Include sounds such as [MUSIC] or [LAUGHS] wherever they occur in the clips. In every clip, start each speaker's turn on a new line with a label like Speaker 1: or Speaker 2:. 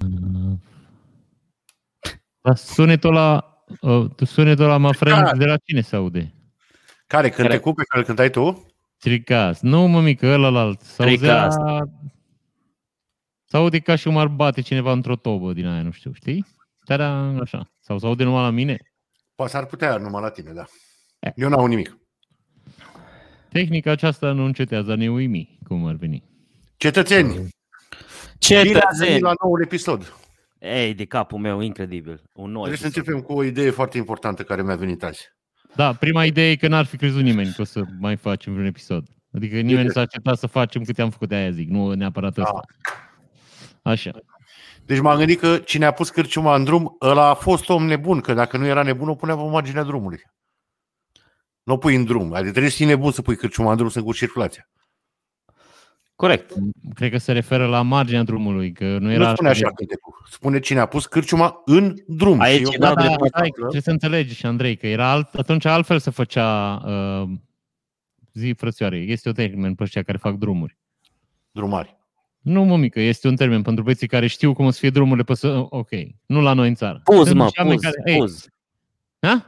Speaker 1: Dar Da. sunetul ăla, uh, sunetul ăla, mă friend, de la cine se aude?
Speaker 2: Care? Cântecul pe care îl cântai tu?
Speaker 1: Tricas. Nu, mă mică, ălălalt. Se auzea... Se aude ca și cum ar bate cineva într-o tobă din aia, nu știu, știi? Dar așa. Sau se aude numai la mine.
Speaker 2: Poate s-ar putea numai la tine, da.
Speaker 1: Eh.
Speaker 2: Eu n-au nimic.
Speaker 1: Tehnica aceasta nu încetează, ne uimi cum ar veni.
Speaker 2: Cetățeni, bine ați venit
Speaker 3: Cetățeni!
Speaker 2: la noul episod.
Speaker 3: Ei, de capul meu, incredibil. Un nou
Speaker 2: Trebuie să
Speaker 3: episod.
Speaker 2: începem cu o idee foarte importantă care mi-a venit azi.
Speaker 1: Da, prima idee e că n-ar fi crezut nimeni că o să mai facem vreun episod. Adică nimeni nu s-a așteptat să facem câte am făcut de aia, zic, nu neapărat ăsta. Așa.
Speaker 2: Deci m-am gândit că cine a pus cârciuma în drum, ăla a fost om nebun, că dacă nu era nebun, o punea pe marginea drumului. Nu o pui în drum. Adică trebuie să fii nebun să pui cârciuma în drum, să cu circulația.
Speaker 3: Corect.
Speaker 1: Cred că se referă la marginea drumului, că nu era...
Speaker 2: nu spune așa cântecul. Spune cine a pus cârciuma în drum.
Speaker 3: Aici
Speaker 2: Și
Speaker 3: e
Speaker 2: eu-
Speaker 1: Da, da,
Speaker 3: Da,
Speaker 1: da,
Speaker 3: dreptate,
Speaker 1: da,
Speaker 3: da.
Speaker 1: trebuie să înțelegi și Andrei, că era alt, atunci altfel se făcea uh, zi frățioare. Este un termen pe ăștia care fac drumuri.
Speaker 2: Drumari.
Speaker 1: Nu, mămică, este un termen pentru băieții care știu cum o să fie drumurile pe... să- Ok, nu la noi în țară.
Speaker 3: Puz,
Speaker 1: Sunt
Speaker 3: mă,
Speaker 1: niște oameni
Speaker 3: puz,
Speaker 1: care- Ei,
Speaker 3: puz.
Speaker 1: Ha?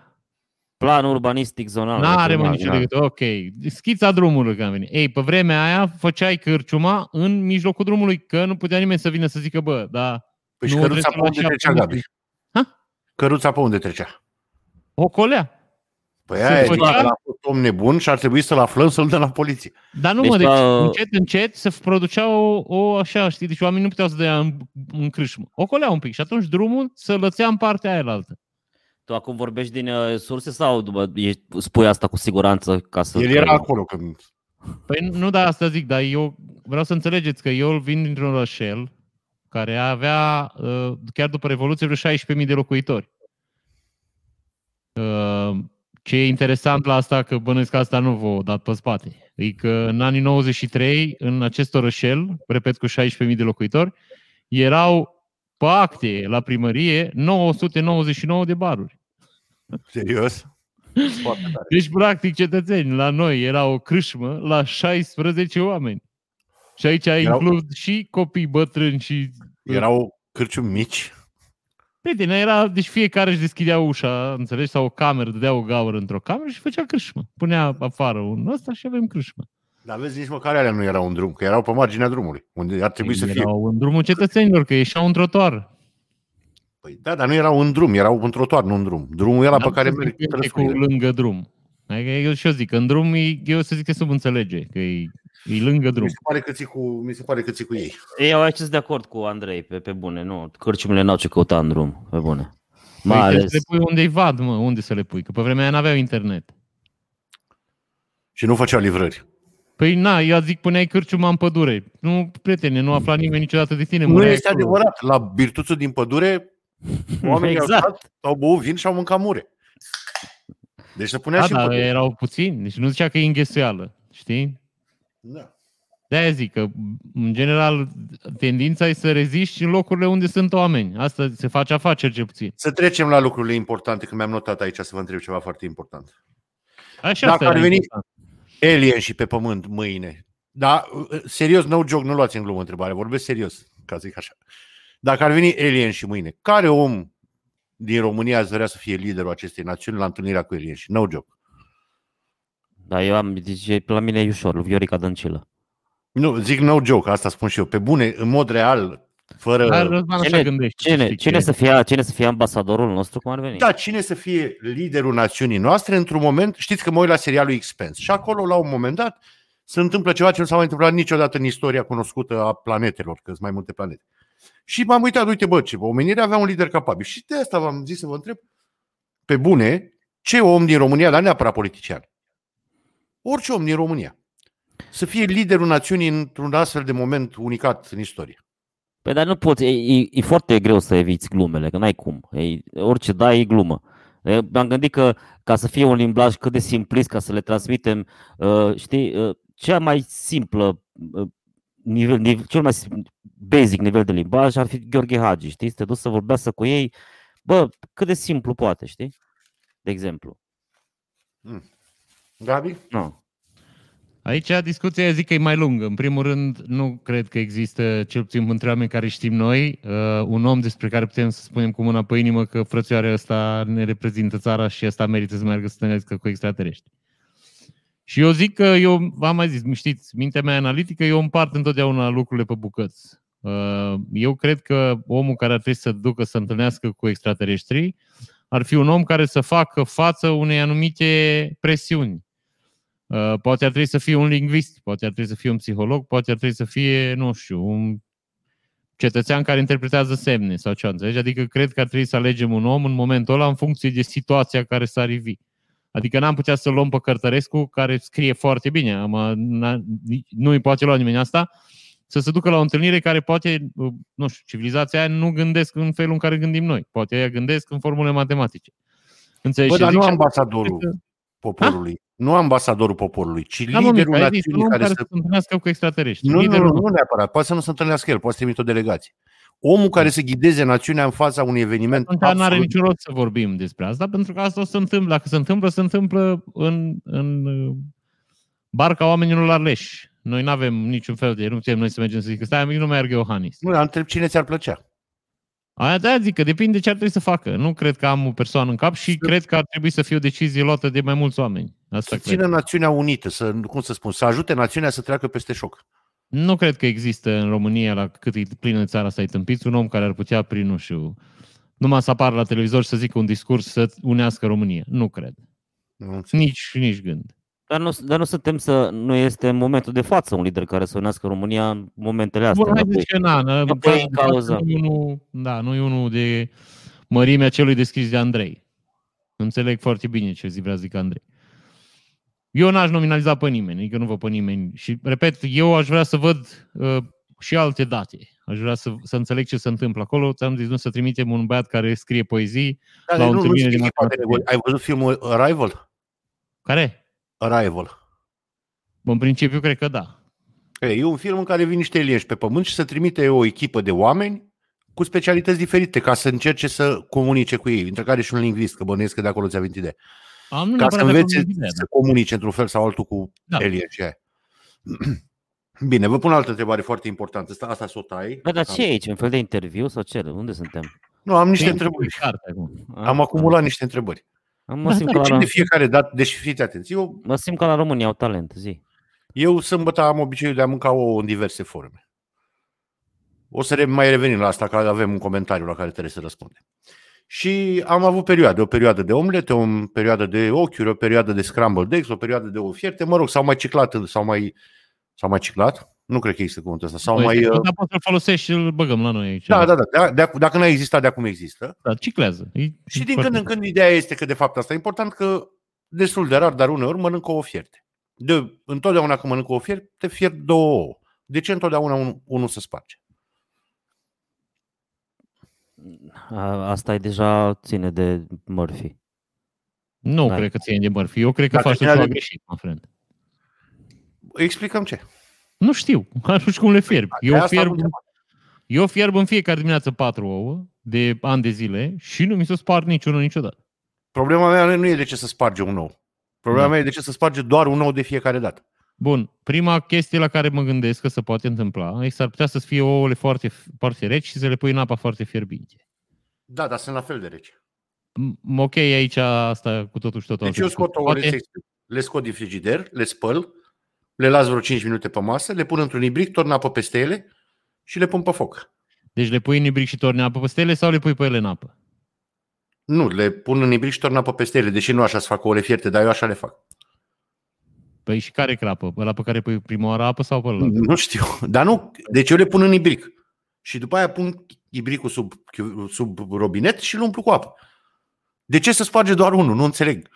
Speaker 3: Plan urbanistic zonal.
Speaker 1: Nu are mai
Speaker 3: regional,
Speaker 1: nicio
Speaker 3: da.
Speaker 1: legătură. Ok. Schița drumului că am venit. Ei, pe vremea aia făceai cârciuma în mijlocul drumului, că nu putea nimeni să vină să zică, bă, da,
Speaker 2: Păi și
Speaker 1: Nu,
Speaker 2: căruța
Speaker 1: trebuie
Speaker 2: pe
Speaker 1: să
Speaker 2: unde
Speaker 1: faci
Speaker 2: trecea,
Speaker 1: acum.
Speaker 2: Gabi?
Speaker 1: Ha?
Speaker 2: Căruța pe unde trecea?
Speaker 1: ocolea.
Speaker 2: Păi
Speaker 1: Se
Speaker 2: aia e,
Speaker 1: făcea-
Speaker 2: zic, ăla a fost om nebun și ar trebui să-l aflăm să-l dăm la poliție.
Speaker 1: Dar nu
Speaker 3: Deci,
Speaker 1: mă, deci
Speaker 3: la-
Speaker 1: încet, încet se producea o, o așa, știi, deci oamenii nu puteau să dea în, în crâșmă. Ocolea un pic și atunci drumul se lățea în partea aia la altă.
Speaker 3: Tu acum vorbești din uh, surse sau după, ești, spui asta cu siguranță ca să...
Speaker 2: El era acolo când...
Speaker 1: Păi nu, da, asta zic, dar eu vreau să înțelegeți că eu îl vin dintr-un rășel care avea, uh, chiar după Revoluție, vreo 16.000 de locuitori. Uh, Ce e interesant la asta, că bănuiesc că asta nu v-o dat pe spate, e că în anii 93, în acest orășel, repet, cu 16.000 de locuitori, erau pe acte la primărie 999 de baruri.
Speaker 2: Serios? Foarte tare.
Speaker 1: Deci, practic, cetățeni, la noi era o crâșmă la 16 oameni. Și aici
Speaker 2: Erau-
Speaker 1: includ și copii bătrâni și...
Speaker 2: Erau cârciumi mici.
Speaker 1: Prieteni, era, deci fiecare își deschidea ușa, înțelegi, sau o cameră, dădea o gaură într-o cameră și făcea crâșmă. Punea afară un ăsta și avem crâșmă.
Speaker 2: Dar vezi, nici măcar alea nu erau un drum, că erau pe marginea drumului, unde ar trebui să fie.
Speaker 1: Erau în drumul cetățenilor, că ieșeau în trotuar.
Speaker 2: Păi, da, dar nu erau un drum, erau un trotuar, nu un drum. Drumul era pe
Speaker 1: N-am
Speaker 2: care
Speaker 1: să
Speaker 2: merg
Speaker 1: zic că e cu
Speaker 2: trăsurile.
Speaker 1: lângă drum. Adică eu și eu zic, în drum, e- eu să zic că subînțelege, că e, e lângă drum.
Speaker 2: Mi se pare că ții cu, mi se pare că ții cu ei.
Speaker 3: Ei, eu aici sunt de acord cu Andrei, pe, pe bune, nu. Cărciumile n-au ce căuta în drum, pe bune. Mai
Speaker 1: Păi trebuie
Speaker 3: ales.
Speaker 1: să le pui unde-i vad, mă, unde să le pui, că pe vremea aia n-aveau internet.
Speaker 2: Și nu făceau livrări.
Speaker 1: Păi na, eu zic puneai cârciuma în pădure. Nu, prietene, nu afla nimeni niciodată de tine.
Speaker 2: Nu
Speaker 1: mureai
Speaker 2: este
Speaker 1: acolo.
Speaker 2: adevărat. La birtuțul din
Speaker 1: [LAUGHS]
Speaker 2: pădure, oamenii
Speaker 3: Exact.
Speaker 2: au stat, au băut vin și au mâncat mure. Deci se punea și în
Speaker 1: Da, da,
Speaker 2: pădure.
Speaker 1: erau puțini, deci nu zicea că e înghesuială, știi?
Speaker 2: Da.
Speaker 1: De-aia zic că, în general, tendința e să reziști în locurile unde sunt oameni. Asta se face afaceri ce puțin.
Speaker 2: Să trecem la lucrurile importante, că mi-am notat aici să vă întreb ceva foarte important.
Speaker 1: Așa
Speaker 2: Dacă
Speaker 1: asta
Speaker 2: ar
Speaker 1: e
Speaker 2: veni-
Speaker 1: important.
Speaker 2: Alien și pe pământ mâine. Da, serios, no joc, nu luați în glumă întrebare, vorbesc serios, ca zic așa. Dacă ar veni alien și mâine, care om din România ați vrea să fie liderul acestei națiuni la întâlnirea cu alien și no joc?
Speaker 3: Da, eu am, deci, la mine e ușor, Viorica Dăncilă.
Speaker 2: Nu, zic no joke, asta spun și eu. Pe bune, în mod real, fără...
Speaker 1: Dar Răzvan așa
Speaker 3: Cine-
Speaker 1: gândește. să
Speaker 3: Cine,
Speaker 1: știi
Speaker 3: cine,
Speaker 1: că-
Speaker 3: să fie, cine să fie ambasadorul nostru, cum ar veni?
Speaker 2: Da, cine să fie liderul națiunii noastre într-un moment, știți că mă uit la serialul Expense și acolo la un moment dat se întâmplă ceva ce nu s-a mai întâmplat niciodată în istoria cunoscută a planetelor, că sunt mai multe planete. Și m-am uitat, uite bă, ce omenirea avea un lider capabil. Și de asta v-am zis să vă întreb, pe bune, ce om din România, dar neapărat politician, orice om din România, să fie liderul națiunii într-un astfel de moment unicat în istorie.
Speaker 3: Păi, dar nu poți, e, e, e foarte greu să eviți glumele, că n-ai cum. E, orice dai e glumă. E, M-am gândit că ca să fie un limbaj cât de simplist, ca să le transmitem, uh, știi, uh, cea mai simplă, uh, nivel, nivel, cel mai sim- basic nivel de limbaj ar fi Gheorghe Hagi, știi, să te duci să vorbească cu ei, bă, cât de simplu poate, știi, de exemplu.
Speaker 2: Gabi?
Speaker 3: Nu.
Speaker 1: Aici discuția zic că e mai lungă. În primul rând, nu cred că există, cel puțin între oameni care știm noi, uh, un om despre care putem să spunem cu mâna pe inimă că frățioare ăsta ne reprezintă țara și ăsta merită să meargă să întâlnească cu extraterestri. Și eu zic că eu, am mai zis, știți, mintea mea analitică, eu împart întotdeauna lucrurile pe bucăți. Uh, Eu cred că omul care ar trebui să ducă să întâlnească cu extraterestrii ar fi un om care să facă față unei anumite presiuni. Uh, Poate ar trebui să fie un lingvist, poate ar trebui să fie un psiholog, poate ar trebui să fie, nu știu, un cetățean care interpretează semne sau ce înțelegi. Adică cred că ar trebui să alegem un om în momentul ăla în funcție de situația care s-ar rivi. Adică n-am putea să luăm pe Cărtărescu, care scrie foarte bine, am- n-a- nu îi poate lua nimeni asta, să se ducă la o întâlnire care poate, uh, nu știu, civilizația aia nu gândesc în felul în care gândim noi. Poate ea gândesc în formule matematice. Înțelegi?
Speaker 2: Bă,
Speaker 1: Și
Speaker 2: dar nu
Speaker 1: zic-
Speaker 2: ambasadorul poporului. Nu ambasadorul poporului, ci
Speaker 1: Da, Ah. mă,
Speaker 2: liderul
Speaker 1: Mica, ai zis, un
Speaker 2: națiunii
Speaker 1: om
Speaker 2: care
Speaker 1: care
Speaker 2: să...
Speaker 1: se întâlnească cu extraterestri.
Speaker 2: Nu, nu,
Speaker 1: Liderul
Speaker 2: nu, nu neapărat. Poate să nu se întâlnească el, poate să trimite o delegație. Omul care să ghideze națiunea în fața unui eveniment
Speaker 1: Atunci nu are
Speaker 2: absolut...
Speaker 1: niciun rost să vorbim despre asta, pentru că asta o să se întâmple. Dacă se întâmplă, se întâmplă în, în uh, barca oamenilor aleși. Noi nu avem niciun fel de... Nu putem noi să mergem să zicem, stai, amic, nu merg Iohannis.
Speaker 2: Nu, dar întreb cine ți-ar plăcea.
Speaker 1: Aia de zic că depinde ce ar trebui să facă. Nu cred că am o persoană în cap și cred că ar trebui să fie o decizie luată de mai mulți oameni. Asta
Speaker 2: Să
Speaker 1: cred.
Speaker 2: țină națiunea unită, să, cum să spun, să ajute națiunea să treacă peste șoc.
Speaker 1: Nu cred că există în România, la cât e plină țara asta, e tâmpiți, un om care ar putea, prin nu știu, numai să apară la televizor și să zică un discurs să unească România. Nu cred.
Speaker 2: Nu înțeleg.
Speaker 1: Nici, nici gând.
Speaker 3: Dar nu, dar nu suntem să, nu este în momentul de față un lider care să unească România în momentele astea.
Speaker 1: Bun, haideți
Speaker 3: Înapoi.
Speaker 1: că na, na,
Speaker 3: Apoi
Speaker 1: da,
Speaker 3: în cauză.
Speaker 1: Nu, e unul, da, nu e unul de mărimea celui descris de Andrei. Înțeleg foarte bine ce zi vrea să zic Andrei. Eu n-aș nominaliza pe nimeni, adică nu vă pe nimeni. Și, repet, eu aș vrea să văd uh, și alte date. Aș vrea să, să înțeleg ce se întâmplă acolo. Ți-am zis, nu să trimitem un băiat care scrie poezii.
Speaker 2: Dar
Speaker 1: la o
Speaker 2: nu- nu
Speaker 1: întâlnire
Speaker 2: știu
Speaker 1: de
Speaker 2: echipa de
Speaker 1: matematică.
Speaker 2: nevoi. Ai văzut filmul Arrival?
Speaker 1: Care?
Speaker 2: Arrival.
Speaker 1: În principiu, cred că da.
Speaker 2: E, e un film în care vin niște elieni pe pământ și se trimite o echipă de oameni cu specialități diferite ca să încerce să comunice cu ei, între care și un lingvist, că bănuiesc că de acolo ți-a venit ideea.
Speaker 1: Am nu
Speaker 2: Ca
Speaker 1: neapărat
Speaker 2: să
Speaker 1: dacă
Speaker 2: învețe
Speaker 1: am idee,
Speaker 2: să comunice într-un fel sau altul cu
Speaker 1: Da.
Speaker 2: da. alien și aia. [CLEARS THROAT] Bine, vă pun altă întrebare foarte importantă. Asta, asta s-o tai.
Speaker 3: Bă, Da, dar ce e aici? Un fel de interviu sau ce? Unde suntem?
Speaker 2: Nu, am niște
Speaker 1: dar-
Speaker 2: întrebări.
Speaker 1: Carte acum.
Speaker 3: Da.
Speaker 2: Am acumulat niște întrebări.
Speaker 3: Am, mă, simt ca
Speaker 2: De
Speaker 3: la,
Speaker 2: ce de fiecare dată? Deci fiți atenți. Eu,
Speaker 3: mă simt ca la România, au talent, zi.
Speaker 2: eu sâmbătă am obiceiul de a mânca ouă în diverse forme. O să re- mai revenim la asta, că avem un comentariu la care trebuie să răspundem. Și am avut perioade, o perioadă de omlete, o perioadă de ochiuri, o perioadă de scrambled eggs, o perioadă de ouă fierte, mă rog, s-au mai ciclat, în- s-au mai, s-au mai ciclat, nu cred că există cuvântul ăsta, s-au
Speaker 1: Păi,
Speaker 2: mai...
Speaker 1: dacă
Speaker 2: uh,
Speaker 1: tot, Dar poți să-l folosești și îl băgăm la noi aici.
Speaker 2: Da, da, da. De- de- dacă n-a existat, de acum există.
Speaker 1: da ciclează. E
Speaker 2: Și din
Speaker 1: foarte
Speaker 2: când în când ideea este că, de fapt, asta e important, că destul de rar, dar uneori mănânc o fierte. De, întotdeauna când mănânc o fierte, fiert două ouă. De ce întotdeauna un, unul se sparge?
Speaker 3: A, asta e deja ține de Murphy.
Speaker 1: Nu
Speaker 3: Da.
Speaker 1: cred că ține de Murphy. Eu cred că
Speaker 2: Dacă
Speaker 1: faci
Speaker 2: ținea
Speaker 1: ceva
Speaker 2: de-
Speaker 1: greșit, mă friend.
Speaker 2: Explicăm ce.
Speaker 1: Nu știu. [LAUGHS] Atunci cum le fierb.
Speaker 2: De
Speaker 1: Eu
Speaker 2: Păi, asta
Speaker 1: fierb,
Speaker 2: am întrebat.
Speaker 1: eu fierb în fiecare dimineață patru ouă de ani de zile și nu mi se spart niciunul niciodată.
Speaker 2: Problema mea nu e de ce să sparge un ou. Problema
Speaker 1: Da.
Speaker 2: mea e de ce să sparge doar un ou de fiecare dată.
Speaker 1: Bun, prima chestie la care mă gândesc că se poate întâmpla e că s-ar putea să fie ouăle foarte, foarte reci și să le pui în apa foarte fierbinte.
Speaker 2: Da, dar sunt la fel de rece.
Speaker 1: M- ok, aici asta cu totul și totul.
Speaker 2: Deci
Speaker 1: altă
Speaker 2: eu scot
Speaker 1: discuție.
Speaker 2: ouăle,
Speaker 1: Poate-
Speaker 2: să explic. le scot din frigider, le spăl, le las vreo 5 minute pe masă, le pun într-un ibric, torn apă peste ele și le pun pe foc.
Speaker 1: Deci le pui în ibric și torni apă peste ele sau le pui pe ele în apă?
Speaker 2: Nu, le pun în ibric și torn apă peste ele, deși nu așa se fac ouăle fierte, dar eu așa le fac.
Speaker 1: Păi și care crapă? Ăla pe care pui prima oară apă sau pe ăla?
Speaker 2: Nu știu, dar nu. Deci eu le pun în ibric și după aia pun ibricul sub, chiu- sub robinet și îl umplu cu apă. De ce se sparge doar unul? Nu înțeleg.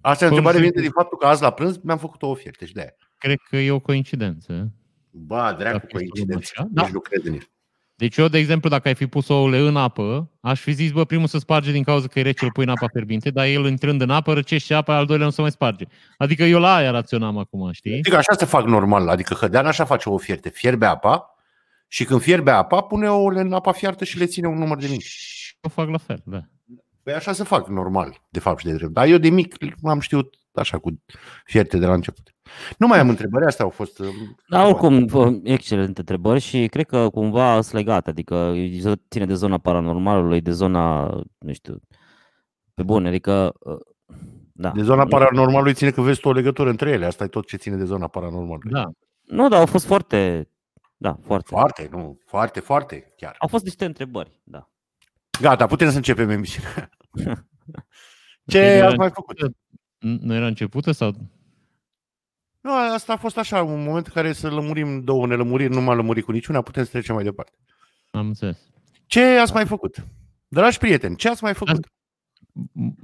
Speaker 2: Asta e o
Speaker 1: Pur și
Speaker 2: întrebare vine
Speaker 1: simplu.
Speaker 2: din faptul că azi la prânz mi-am făcut o fierte și de aia.
Speaker 1: Cred că e o coincidență.
Speaker 2: Ba,
Speaker 1: Dacă
Speaker 2: dracu,
Speaker 1: este
Speaker 2: coincidență.
Speaker 1: lumea așa,
Speaker 2: Da.
Speaker 1: da.
Speaker 2: Nici nu cred în el.
Speaker 1: Deci eu, de exemplu, dacă ai fi pus ouăle în apă, aș fi zis, bă, primul se sparge din cauza că e rece, îl pui în apa fierbinte, dar el intrând în apă, răcește apa, al doilea nu se mai sparge. Adică eu la aia raționam acum, știi?
Speaker 2: Adică așa se fac normal, adică Hădean așa face o fierte. Fierbe apa și când fierbe apa, pune ouăle în apa fiartă și le ține un număr de minute.
Speaker 1: Și eu fac la fel, da.
Speaker 2: Păi așa se fac normal, de fapt și de drept. Dar eu de mic am știut așa cu fierte de la început. Nu mai am întrebări, astea au fost... uh,
Speaker 3: Da, oricum, f- excelente întrebări și cred că cumva sunt legate, adică ține de zona paranormalului, de zona, nu știu, pe bune, adică, uh, da.
Speaker 2: De zona
Speaker 3: Nu-
Speaker 2: paranormalului ține că vezi tu o legătură între ele, asta e tot ce ține de zona paranormalului.
Speaker 1: Da.
Speaker 3: Nu, dar au fost foarte, da, foarte.
Speaker 2: Foarte, nu, foarte, foarte chiar.
Speaker 3: Au fost niște întrebări, da.
Speaker 2: Gata, putem să
Speaker 1: [LAUGHS]
Speaker 2: începem emisiunea.
Speaker 1: Păi,
Speaker 2: Ce
Speaker 1: da.
Speaker 2: ați mai făcut?
Speaker 1: N- Nu era începută sau?
Speaker 2: Nu, asta a fost așa, un moment în care să lămurim două nelămuriri, nu m-am lămurit cu niciuna, putem să trecem mai departe.
Speaker 1: Am înțeles.
Speaker 2: Ce ați mai făcut? Dragi prieteni, ce ați mai făcut?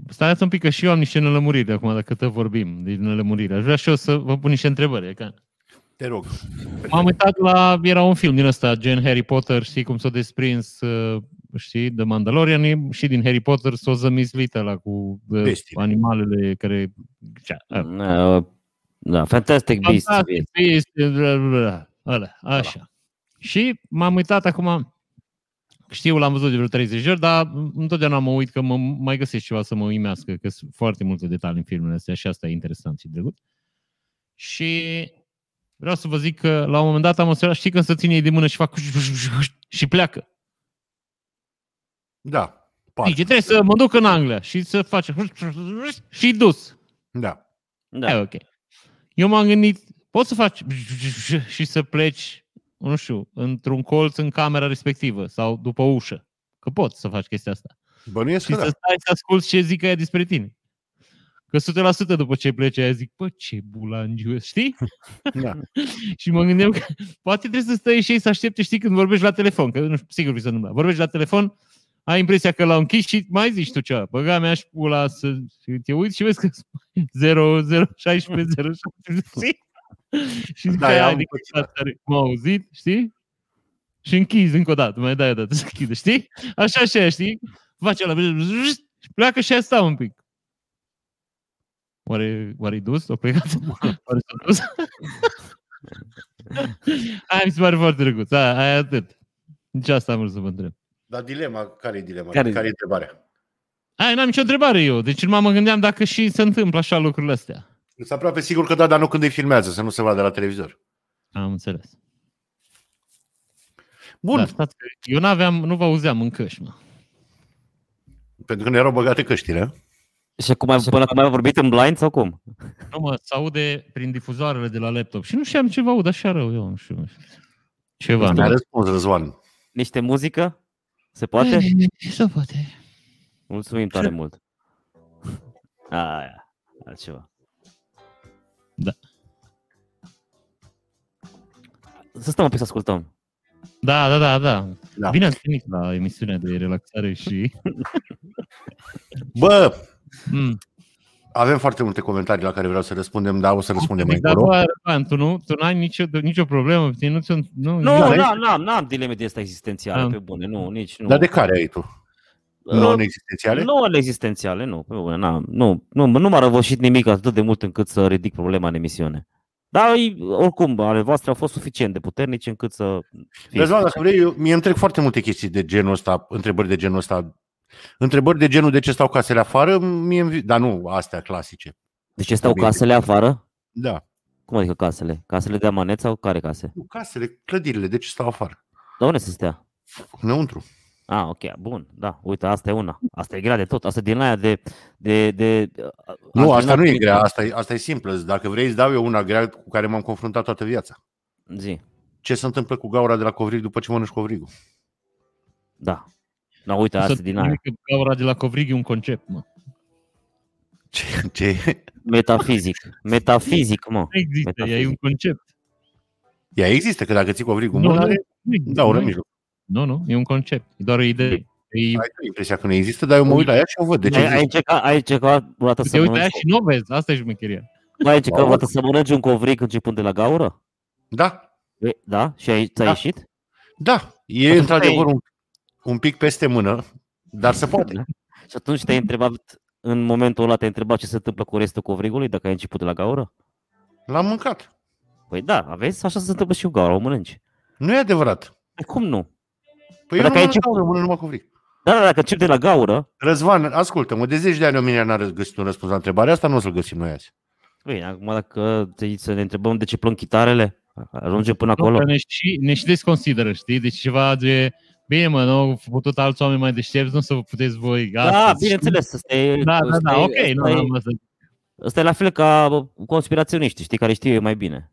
Speaker 1: Stați un pic că și eu am niște nelămuriri acum, dacă tot vorbim de nelămuriri. Aș vrea și eu să vă pun niște întrebări. Că
Speaker 2: Te rog.
Speaker 1: m-am uitat la, era un film din ăsta, gen Harry Potter, știi cum s-a desprins, uh, știi, de Mandalorian, e și din Harry Potter s-a zămislit ăla cu uh,
Speaker 2: Bestile.
Speaker 1: animalele care... Cea, a,
Speaker 3: Uh, Da, Fantastic Beasts.
Speaker 1: Fantastic Beasts, bla, bla, bla, ăla, așa. Și m-am uitat acum, știu, l-am văzut de vreo 30 de ori, dar întotdeauna mă uit că mă mai găsesc ceva să mă uimească, că sunt foarte multe detalii în filmele astea și asta e interesant și drăguț. Și vreau să vă zic că la un moment dat am observat, știi când se ține ei de mână și fac și pleacă.
Speaker 2: Da,
Speaker 1: Zice,
Speaker 2: parte.
Speaker 1: Deci, trebuie să mă duc în Anglia și să face și dus.
Speaker 2: Da.
Speaker 1: Da. E
Speaker 3: Da.
Speaker 1: ok. Eu m-am gândit, poți să faci [LAUGHS] și să pleci, nu știu, într-un colț în camera respectivă sau după ușă. Că poți să faci chestia asta.
Speaker 2: Bănuiesc
Speaker 1: Și
Speaker 2: că da.
Speaker 1: să stai să asculți ce zic aia despre tine. Că 100% după ce pleci aia zic, bă, ce bulangiu, ești", știi?
Speaker 2: da.
Speaker 1: Și mă gândeam că poate trebuie să stai și ei să aștepte, știi, când vorbești la telefon, că nu știu, sigur vi se întâmplă. Vorbești la telefon, ai impresia că l-au închis și mai zici tu ceva. Băga mea și pula să și te uiți și vezi că 0, 0, 16, 0, 7,
Speaker 2: [LAUGHS]
Speaker 1: știi? Și zic
Speaker 2: Da,
Speaker 1: da,
Speaker 2: i-am
Speaker 1: aia, adică,
Speaker 2: pățit
Speaker 1: asta are- m-a auzit, știi? Și închizi încă o dată, mai dai o dată să închide, știi? Așa și aia, știi? Face la și pleacă și aia stau un pic. Oare, oare-i dus? O
Speaker 2: [LAUGHS]
Speaker 1: plecat? Oare s-a dus? Aia mi se pare foarte drăguț. Aia, aia e atât. Nici asta am vrut să vă întreb.
Speaker 2: [LAUGHS] Dar dilema, care e dilema?
Speaker 3: Care-i-
Speaker 2: Care e întrebarea?
Speaker 1: Aia n-am nicio întrebare eu. Deci numai mă gândeam dacă și se întâmplă așa lucrurile astea.
Speaker 2: Sunt aproape sigur că da, dar nu când îi filmează, să nu se vadă la televizor.
Speaker 1: Am înțeles.
Speaker 2: Bun,
Speaker 1: Da, stați că eu n-aveam, nu vă auzeam în căști, mă.
Speaker 2: pentru că ne erau băgate căștile.
Speaker 3: Și acum ai- până acum ai vorbit în blind sau cum?
Speaker 1: Nu mă, se aude prin difuzoarele de la laptop. Și nu știam ce vă aud așa rău, eu nu știu. Ceva,
Speaker 2: Mi-a
Speaker 1: nu?
Speaker 2: răspuns Răzvan.
Speaker 3: Niște muzică? Se poate?
Speaker 1: Mm. Se poate.
Speaker 3: Mulțumim tare mult. [LAUGHS] Aia, altceva.
Speaker 1: Da.
Speaker 3: Să stăm un pic să ascultăm.
Speaker 1: Da, da, da, da.
Speaker 2: Da.
Speaker 1: Bine ați venit la emisiunea de relaxare și...
Speaker 2: Bă,
Speaker 1: Mm.
Speaker 2: avem foarte multe comentarii la care vreau să răspundem, dar o să răspundem mai
Speaker 1: Dar
Speaker 2: încolo.
Speaker 1: bă, exact Răzvan, tu nu, tu n-ai nicio, nicio problemă, ți- nu, ți- nu,
Speaker 3: Nu,
Speaker 2: Da,
Speaker 3: n-am, n-am, n-am dileme de asta existențiale,
Speaker 1: Am.
Speaker 3: pe bune, nu, nici nu.
Speaker 2: Dar de care ai tu?
Speaker 3: Uh,
Speaker 2: Non-existențiale?
Speaker 3: Nu ale existențiale, nu. Pe bune, n-am, nu, nu, nu m-a răvășit nimic atât de mult încât să ridic problema în emisiune. Dar, ei, oricum, ale voastre au fost suficient de puternice încât să... fie.
Speaker 2: Răzvan, dacă vrei, eu, mie îmi trec foarte multe chestii de genul ăsta, întrebări de genul ăsta. Întrebări de genul de ce stau casele afară, mie îmi... vi- dar nu astea clasice.
Speaker 3: De ce stau
Speaker 2: Bine.
Speaker 3: Deci casele afară?
Speaker 2: Da.
Speaker 3: Cum adică casele? Casele de amanet sau care case?
Speaker 2: Nu, casele, clădirile, de ce stau afară?
Speaker 3: Dar unde să stea?
Speaker 2: Înăuntru.
Speaker 3: Ah, ok, bun, da, uite, asta e una. Asta e grea de tot, asta e din aia de... de, de
Speaker 2: Nu, asta nu e
Speaker 3: antrenament.
Speaker 2: grea, asta e, asta e simplă. Dacă vrei, îți dau eu una grea cu care m-am confruntat toată viața.
Speaker 3: Zi,
Speaker 2: Ce se întâmplă cu gaura de la covrig după ce mănânci covrigul?
Speaker 3: da. Da, uite, asta e din aia.
Speaker 1: Nimic, că gaura de la Covrig e un concept, mă.
Speaker 2: Ce?
Speaker 3: [LAUGHS]
Speaker 2: ce?
Speaker 3: Metafizic. Metafizic, mă.
Speaker 1: Nu există,
Speaker 3: Metafizic.
Speaker 1: e un concept.
Speaker 2: Ea există, că dacă ții covrigul
Speaker 1: Nu,
Speaker 2: mult,
Speaker 1: nu,
Speaker 2: are
Speaker 1: nu
Speaker 3: Da,
Speaker 1: există,
Speaker 2: gaură
Speaker 1: nu
Speaker 2: în mijloc.
Speaker 1: Nu, nu, e un concept. E doar o idee. E,
Speaker 2: Ai tu impresia că nu există, dar eu mă uit la ea și o văd. De ce
Speaker 3: Ai, ai,
Speaker 2: există?
Speaker 3: încercat, ai încercat vreodată să
Speaker 1: te uiți la ea
Speaker 3: mănânci,
Speaker 1: și nu o vezi. Asta e șmecheria.
Speaker 3: ai încercat vreodată să mănânci un covric începând de la gaură?
Speaker 2: Da,
Speaker 3: E, Da? Și ai, ți-a
Speaker 2: Da.
Speaker 3: ieșit?
Speaker 2: da. E
Speaker 3: Atunci
Speaker 2: într-adevăr
Speaker 3: ai-
Speaker 2: un, un pic peste mână, dar se poate.
Speaker 3: Da. Și atunci te-ai întrebat, în momentul ăla te-ai întrebat ce se întâmplă cu restul covrigului dacă ai început de la gaură?
Speaker 2: L-am mâncat.
Speaker 3: Păi da, aveți, așa se întâmplă și cu gaură, o mănânci.
Speaker 2: Nu e adevărat.
Speaker 3: Păi Cum nu?
Speaker 2: Păi
Speaker 3: Păi
Speaker 2: eu
Speaker 3: dacă
Speaker 2: nu
Speaker 3: ai
Speaker 2: mănânc
Speaker 3: ce-
Speaker 2: gaură, mănânc numai covrig.
Speaker 3: Da, da, dacă începi de la gaură,
Speaker 2: Răzvan, ascultă-mă, de zeci de ani Ominia n-a găsit un răspuns la întrebarea asta, nu o să-l găsim noi azi.
Speaker 3: Bine, acum dacă te- să ne întrebăm de ce plâng chitarele, ajungem până acolo.
Speaker 1: Nu, că Ne și, ne și desconsideră, știi? Deci ceva de... Bine, mă, nu au putut alți oameni mai deștepți, nu să vă puteți voi
Speaker 3: Da,
Speaker 1: astăzi.
Speaker 3: bineînțeles, asta e,
Speaker 1: deci Da, da,
Speaker 3: asta
Speaker 1: da,
Speaker 3: e-
Speaker 1: ok.
Speaker 3: asta
Speaker 1: Nu,
Speaker 3: e-
Speaker 1: am asta.
Speaker 3: Asta e la fel ca bă, conspiraționiștii, știi, care știu eu mai bine.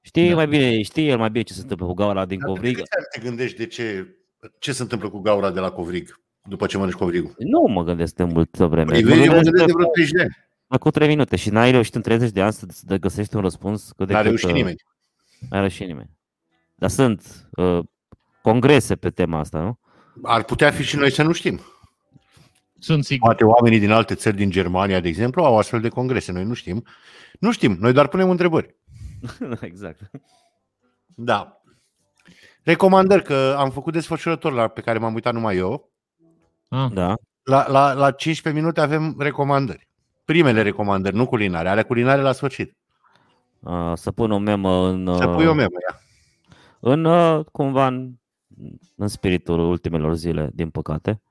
Speaker 3: Știi
Speaker 1: Da.
Speaker 3: da. mai bine, știe el mai bine ce se întâmplă cu gaura
Speaker 2: Da,
Speaker 3: din covrig.
Speaker 2: Adică Te gândești de ce, ce se întâmplă cu gaura de la covrig după ce mănânci covrigul?
Speaker 3: Nu mă gândesc de multă vreme.
Speaker 2: Păi,
Speaker 3: Mă
Speaker 2: eu mă
Speaker 3: gândesc
Speaker 2: gândesc de
Speaker 3: de-
Speaker 2: vreo 30 de ani.
Speaker 3: de cu 3 minute și n-ai reușit în 30 de ani să, să găsești un răspuns cât de
Speaker 2: N-a
Speaker 3: cât,
Speaker 2: reușit
Speaker 3: uh,
Speaker 2: nimeni.
Speaker 3: N-a reușit nimeni. Dar sunt uh, congrese pe tema asta, nu?
Speaker 2: Ar putea fi și noi să nu știm.
Speaker 1: Sunt sigur.
Speaker 2: Poate oamenii din alte țări, din Germania, de exemplu, au astfel de congrese. Noi nu știm. Nu știm. Noi doar punem întrebări.
Speaker 3: exact.
Speaker 2: Da. Recomandări că am făcut desfășurător la pe care m-am uitat numai eu.
Speaker 1: Ah,
Speaker 3: Da.
Speaker 2: La, la, la 15 minute avem recomandări. Primele recomandări, nu culinare, ale culinare la sfârșit.
Speaker 3: Uh, să pun o memă în,
Speaker 2: Să
Speaker 3: uh,
Speaker 2: pui o memă, ia.
Speaker 3: în uh, cumva în, în spiritul ultimelor zile, din păcate.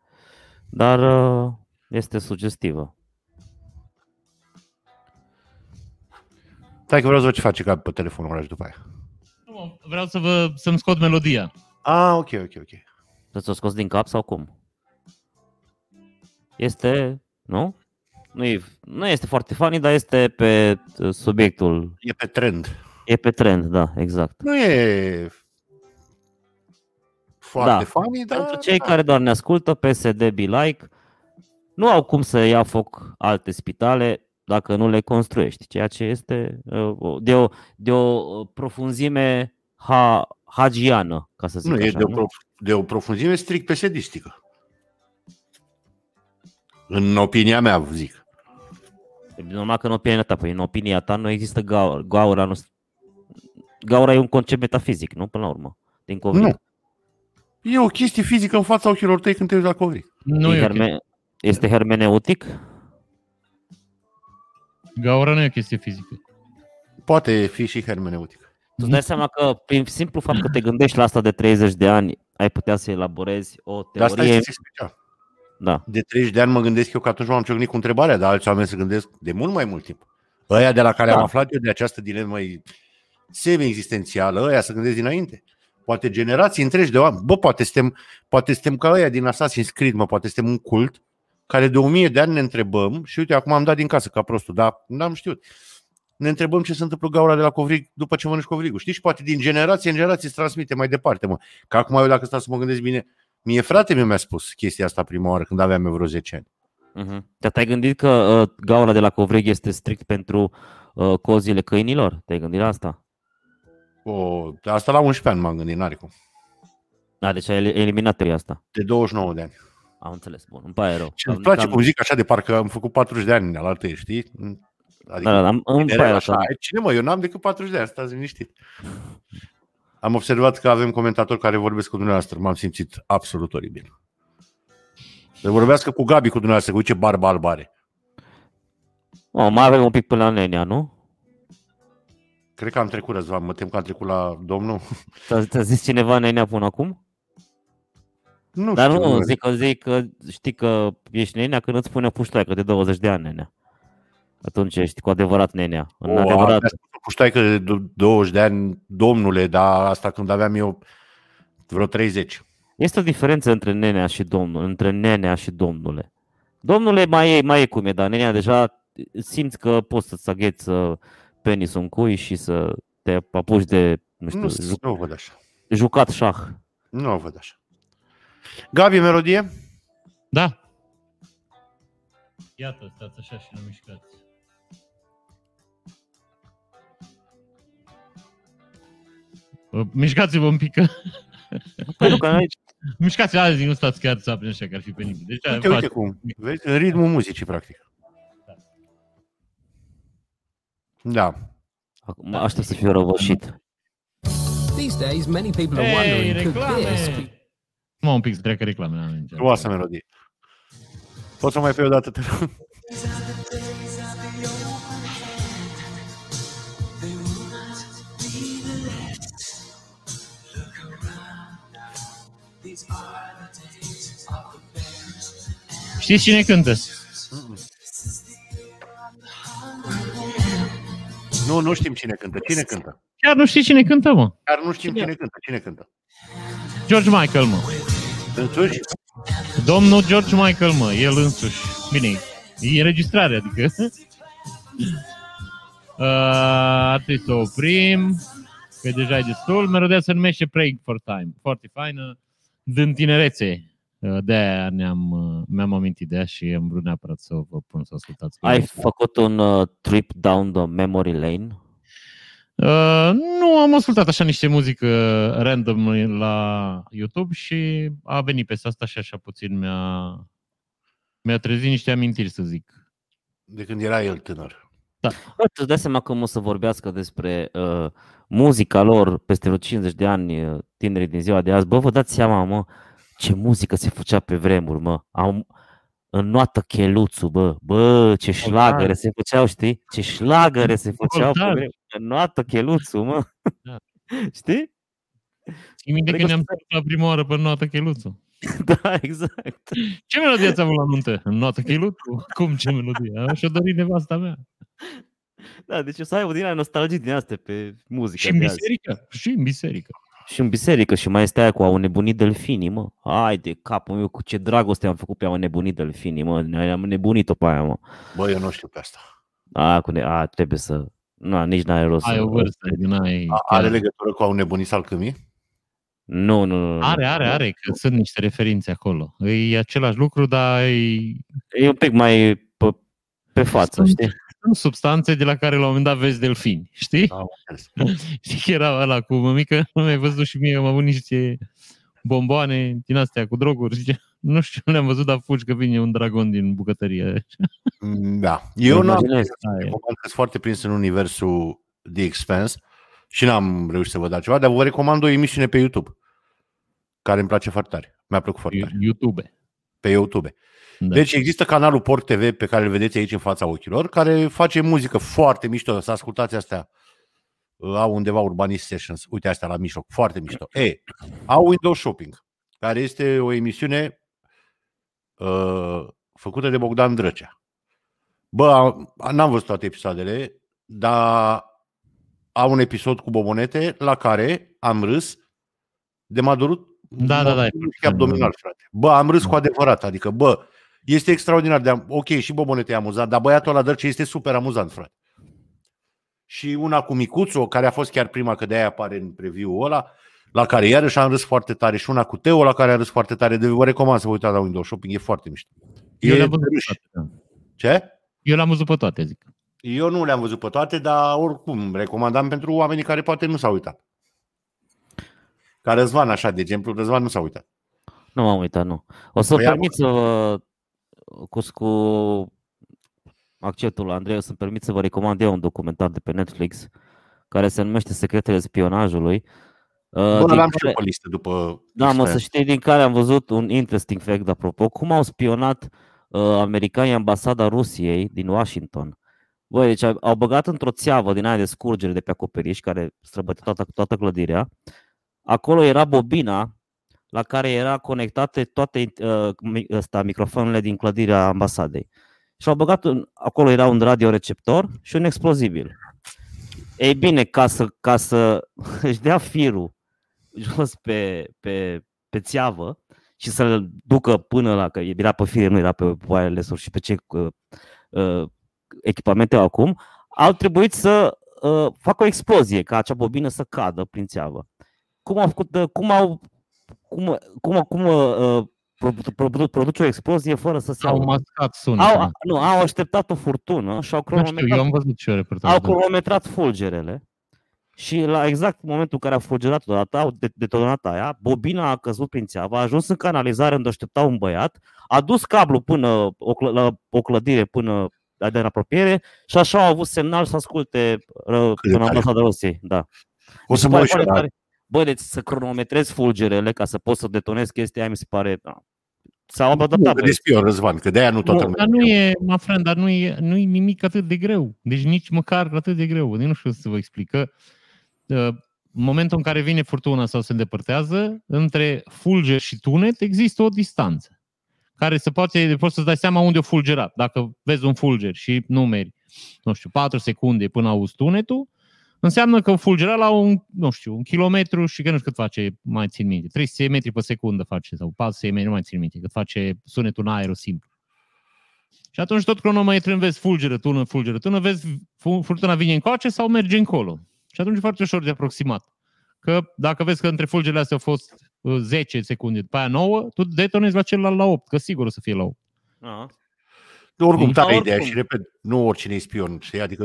Speaker 3: Dar uh, este sugestivă.
Speaker 2: Stai că vreau să văd ce face cap pe telefonul oraș după aia.
Speaker 1: nu, mă, vreau să vă, să-mi scot melodia.
Speaker 2: Ah, ok, ok, ok.
Speaker 3: Să ți-o scoți din cap sau cum? Este, nu? Nu, e, nu este foarte funny, dar este pe uh, subiectul.
Speaker 2: E pe trend.
Speaker 3: E pe trend, da, exact.
Speaker 2: Nu e foarte
Speaker 3: Da.
Speaker 2: funny, dar...
Speaker 3: Pentru cei
Speaker 2: da.
Speaker 3: care doar ne ascultă, PSD be like, nu au cum să ia foc alte spitale dacă nu le construiești, ceea ce este uh, o- de o, de o uh, profunzime ha, hagiană, ca să zic
Speaker 2: Nu,
Speaker 3: așa.
Speaker 2: e de o, prof- de o profunzime strict pesedistică. În opinia mea, zic.
Speaker 3: Normal că în opinia ta, păi în opinia ta nu există gaură. Gaura, nu... gaura e un concept metafizic, nu? Până la urmă. Din COVID.
Speaker 2: Nu. E o chestie fizică în fața ochilor tăi când te uiți la covrig.
Speaker 1: Nu
Speaker 3: e
Speaker 1: e, okay.
Speaker 3: Este hermeneutic?
Speaker 1: Gaura nu e o chestie fizică.
Speaker 2: Poate fi și hermeneutică.
Speaker 3: Tu îți dai seama că prin simplu fapt că te gândești la asta de 30 de ani, ai putea să elaborezi o
Speaker 2: Dar Da, asta
Speaker 3: teorie.
Speaker 2: este să explica.
Speaker 3: Da.
Speaker 2: De 30 de ani mă gândesc eu că atunci m-am ciocnit cu întrebarea, dar alți oameni se gândesc de mult mai mult timp. Ăia de la care
Speaker 3: Da.
Speaker 2: am aflat eu de această dilemă e semi-existențială, ăia se gândesc dinainte. Poate generații întregi de oameni. Bă, poate suntem, poate suntem ca ăia din Assassin's Creed, mă, poate suntem un cult care de o mie de ani ne întrebăm și uite, acum am dat din casă ca prostul, dar n-am știut. Ne întrebăm ce se întâmplă cu gaura de la covrig după ce mănânci covrigul. Știi? Și poate din generație în generație se transmite mai departe, mă. Că acum eu dacă stau să mă gândesc bine, mie frate meu mi-a spus chestia asta prima oară când aveam eu vreo 10 ani.
Speaker 3: Uh-huh. Dar te-ai gândit că uh, gaura de la covrig este strict pentru uh, cozile câinilor? Te-ai gândit la asta?
Speaker 2: O, asta la 11 ani m-am gândit, n-are cum.
Speaker 3: Da, deci ai el- eliminat teoria asta.
Speaker 2: De 29 de ani.
Speaker 3: Am înțeles, bun, îmi pare rău.
Speaker 2: Și îmi
Speaker 3: Am-
Speaker 2: place
Speaker 3: am-
Speaker 2: cum zic așa de parcă am făcut 40 de ani la altă, știi? Adică
Speaker 3: Da, da, da, îmi- îmi
Speaker 2: Era
Speaker 3: pare rău.
Speaker 2: așa.
Speaker 3: că-
Speaker 2: Cine mă? Eu n-am decât 40 de ani, stați liniștit. Am observat că avem comentatori care vorbesc cu dumneavoastră. M-am simțit absolut oribil. Să vorbească cu Gabi, cu dumneavoastră, cu ce barba albă are.
Speaker 3: O, Oh, mai avem un pic până la nenia, nu?
Speaker 2: Cred că am trecut, Răzvan, mă tem că am trecut la domnul.
Speaker 3: Ți-a, ți-a zis cineva nenea până acum?
Speaker 2: Nu
Speaker 3: Dar
Speaker 2: știu.
Speaker 3: nu, zic că, zic că știi că ești nenea când îți spune puștoaică de 20 de ani nenea. Atunci ești cu adevărat nenea. În
Speaker 2: O,
Speaker 3: adevărat,
Speaker 2: abia spus cu ștoaică de dou- 20 de ani, domnule, dar asta când aveam eu vreo 30.
Speaker 3: este o diferență între nenea și domnul, între nenea și domnule. Domnule mai e, mai e cum e, dar nenea deja simți că poți să-ți agheți uh, penisul în cui și să te apuci de, nu știu,
Speaker 2: Nu,
Speaker 3: nu,
Speaker 2: s- nu o văd așa.
Speaker 3: jucat șah.
Speaker 2: Nu o văd așa. Gabi, melodie?
Speaker 1: Da. Iată, stați așa și nu mișcați. Bă, Mișcați-vă un pic, că- [LAUGHS]
Speaker 3: Păi nu, că n-ai-
Speaker 1: mișcați azi, nu stați chiar să aprinși așa, că ar fi penibil. Deci,
Speaker 2: Uite, uite cum. Vezi? În ritmul muzicii, practic. [LAUGHS] Da.
Speaker 3: acum aștept să fiu răvășit.
Speaker 4: These days, many people are
Speaker 1: Ei,
Speaker 4: wondering could this
Speaker 1: reclame!
Speaker 4: be
Speaker 1: Mă, un pic să treacă reclame. n-am nicio-
Speaker 2: Frumoasă melodie. Poți să mai fie o dată, te rog?
Speaker 1: Știți cine cântă?
Speaker 2: Nu, nu știm cine cântă. Cine cântă?
Speaker 1: Chiar nu știi cine cântă, mă.
Speaker 2: Dar nu știm cine cântă. Cine cântă?
Speaker 1: George Michael, mă.
Speaker 2: Însuși?
Speaker 1: Domnul George Michael, mă, el însuși. Bine, e înregistrare, adică. [LAUGHS] Uh, ar trebui să o oprim, că deja e destul. Melodia se numește Praying for Time. Foarte faină, din tinerețe. Uh, De-aia ne-am, uh, mi-am amintit de ea și am vrut neapărat să vă pun să ascultați.
Speaker 3: Ai făcut un uh, trip down the memory lane?
Speaker 1: Uh, nu am ascultat așa niște muzică random la YouTube și a venit pe asta și așa puțin mi-a, mi-a trezit niște amintiri, să zic.
Speaker 2: De când era el tânăr.
Speaker 3: Bă, tu îți dai seama cum o să vorbească despre uh, muzica lor peste vreo 50 de ani, uh, tinerii din ziua de azi. Bă, vă dați seama, mă, ce muzică se făcea pe vremuri, mă. Am în noată cheluțul, bă. Bă, ce șlagăre se făceau, știi? Ce șlagăre se făceau pe
Speaker 1: Colțar.
Speaker 3: vremuri. În noată cheluțul, mă.
Speaker 1: Da.
Speaker 3: [LAUGHS] știi?
Speaker 1: Țin minte
Speaker 3: Adică
Speaker 1: când ne-am dus la prima oară pe Noată Cheluțu.
Speaker 3: Da, exact.
Speaker 1: Ce melodie ați avut la nuntă? În Noată Cheluțu? Cum ce melodie? Așa și-o dorit nevasta mea.
Speaker 3: Da, deci o să ai o din aia nostalgie din astea pe muzică.
Speaker 1: Și în
Speaker 3: de azi.
Speaker 1: biserică. Și în biserică.
Speaker 3: Și în biserică și mai este aia cu au nebunit delfinii, mă. Hai de capul meu, cu ce dragoste am făcut pe au nebunit delfinii, mă. Noi am nebunit-o pe aia, mă.
Speaker 2: Bă, eu nu știu pe asta.
Speaker 3: A, cu ne- a trebuie să... Nu, nici n-are rost.
Speaker 1: Ai
Speaker 3: să-
Speaker 1: o vârstă din ai...
Speaker 2: A- Are legătură cu au nebunit alchimii?
Speaker 3: Nu, nu, nu. nu.
Speaker 1: Are, are, are, că sunt niște referințe acolo. E același lucru, dar e...
Speaker 3: E un pic mai pe, pe față,
Speaker 1: Sunt-
Speaker 3: știi?
Speaker 1: sunt substanțe de la care la un moment dat vezi delfini, știi?
Speaker 2: Am înțeles.
Speaker 1: [LAUGHS] Știi că era ăla cu mămică, [LAUGHS] nu mi-ai văzut și mie, am avut niște bomboane din astea cu droguri. zice, Nu știu, nu le-am văzut, dar fugi că vine un dragon din bucătărie.
Speaker 2: Mm, Da. Eu
Speaker 3: Îmi
Speaker 2: nu am
Speaker 3: imaginez.
Speaker 1: Aia e.
Speaker 2: Recomand că sunt foarte prins în universul The Expense și n-am reușit să vă dau ceva, dar vă recomand o emisiune pe YouTube care îmi place foarte tare. Mi-a plăcut foarte tare.
Speaker 1: YouTube.
Speaker 2: Pe YouTube.
Speaker 1: Da.
Speaker 2: Deci există canalul Port TV pe care îl vedeți aici în fața ochilor, care face muzică foarte mișto. Să ascultați astea. Au undeva Urbanist Sessions. Uite astea la mijloc. Foarte mișto. E, au Window Shopping, care este o emisiune uh, făcută de Bogdan Drăcea. Bă, am- n-am văzut toate episoadele, dar au un episod cu bobonete la care am râs de m-a durut
Speaker 1: Da, da, da, e Da.
Speaker 2: și abdominal, frate. Bă, am râs cu adevărat, adică, bă, este extraordinar de am... Ok, și bobonete e amuzant, dar băiatul ăla Dărce este super amuzant, frate. Și una cu Micuțu, care a fost chiar prima, că de-aia apare în preview-ul ăla, la care iarăși am râs foarte tare și una cu Teo, la care am râs foarte tare. De vă recomand să vă uitați la Windows Shopping, e foarte mișto.
Speaker 1: Eu
Speaker 2: E
Speaker 1: le-am văzut
Speaker 2: drâș.
Speaker 1: pe toate. da.
Speaker 2: Ce?
Speaker 1: Eu le-am văzut pe toate, zic.
Speaker 2: Eu nu le-am văzut pe toate, dar oricum recomandam pentru oamenii care poate nu s-au uitat. Ca Răzvan, așa, de exemplu, Răzvan nu s-a uitat.
Speaker 3: Nu m-am uitat, nu. O să
Speaker 2: Păi am-
Speaker 3: permit să vă... Cu, cu accentul la Andrei, o să-mi permit să vă recomand eu un documentar de pe Netflix care se numește Secretele Spionajului. Uh, Bă,
Speaker 2: Bun, l-am și eu pe listă după...
Speaker 3: Da, mă, să
Speaker 2: Sper.
Speaker 3: știi din care am văzut un interesting fact, apropo, cum au spionat uh, americanii ambasada Rusiei din Washington. Băi, deci au- au băgat într-o țeavă din aia de scurgere de pe acoperiș, care străbătea toată, toată clădirea. Acolo era bobina la care era conectate toate uh, mi- ăsta, microfoanele din clădirea ambasadei. Și au băgat, un, acolo era un radioreceptor și un explozibil. Ei bine, ca să, ca să [LAUGHS] își dea firul jos pe, pe, pe țeavă și să-l ducă până la, că era pe fire, nu era pe wireless-uri și pe ce uh, uh, echipamente au acum, au trebuit să uh, facă o explozie ca acea bobină să cadă prin țeavă. Cum au făcut, uh, cum au, cum, cum, cum uh, produ- produ- produce o explozie fără să se
Speaker 1: Au
Speaker 3: audă?
Speaker 1: mascat sunetul.
Speaker 3: Au, nu, au așteptat o furtună și au
Speaker 1: nu știu,
Speaker 3: cronometrat
Speaker 1: eu am văzut și eu
Speaker 3: au
Speaker 1: reportajul.
Speaker 3: cronometrat fulgerele și la exact momentul în care a fulgerat odată, au de- detonat aia, bobina a căzut prin țeavă, a ajuns în canalizare unde aștepta un băiat, a dus cablu până o, clă- la o clădire până la- de în apropiere și așa au avut semnal să asculte ră,
Speaker 2: de
Speaker 3: în
Speaker 2: tare.
Speaker 3: ambasada Rusiei. Da.
Speaker 2: O să
Speaker 3: Mi
Speaker 2: mă
Speaker 3: se
Speaker 2: uit și
Speaker 3: pare
Speaker 2: eu la...
Speaker 3: tare. Bă, deci să cronometrezi fulgerele ca să poți să detonezi chestia aia, mi se pare... da. S-au
Speaker 2: Nu,
Speaker 3: adaptat.
Speaker 2: că
Speaker 3: băieți.
Speaker 2: de spion, Răzvan, că de-aia nu toată
Speaker 3: Nu,
Speaker 2: lumea.
Speaker 1: Dar nu e, mă friend, dar nu e, nu e nimic atât de greu. Deci nici măcar atât de greu. Deci nu știu să vă explic. Că, uh, în momentul în care vine furtuna sau se îndepărtează, între fulger și tunet există o distanță care se poate, poți să-ți dai seama unde o fulgerat. Dacă vezi un fulger și numeri nu știu, 4 secunde până auzi tunetul, înseamnă că fulgera la un, nu știu, un kilometru și că nu știu cât face, mai țin minte, 300 metri pe secundă face sau 400 metri, nu mai țin minte, cât face sunetul în aerul simplu. Și atunci tot cronometrând vezi fulgeră, tună, fulgeră, tună, vezi fu- furtuna vine încoace sau merge încolo. Și atunci e foarte ușor de aproximat. Că dacă vezi că între fulgerele astea au fost uh, 10 secunde, după aia 9, tu detonezi la celălalt la 8, că sigur o să fie la 8.
Speaker 3: A,
Speaker 2: Oricum,
Speaker 3: Ei,
Speaker 2: tare
Speaker 3: oricum.
Speaker 2: ideea și, repet, nu oricine e spion. știi? Adică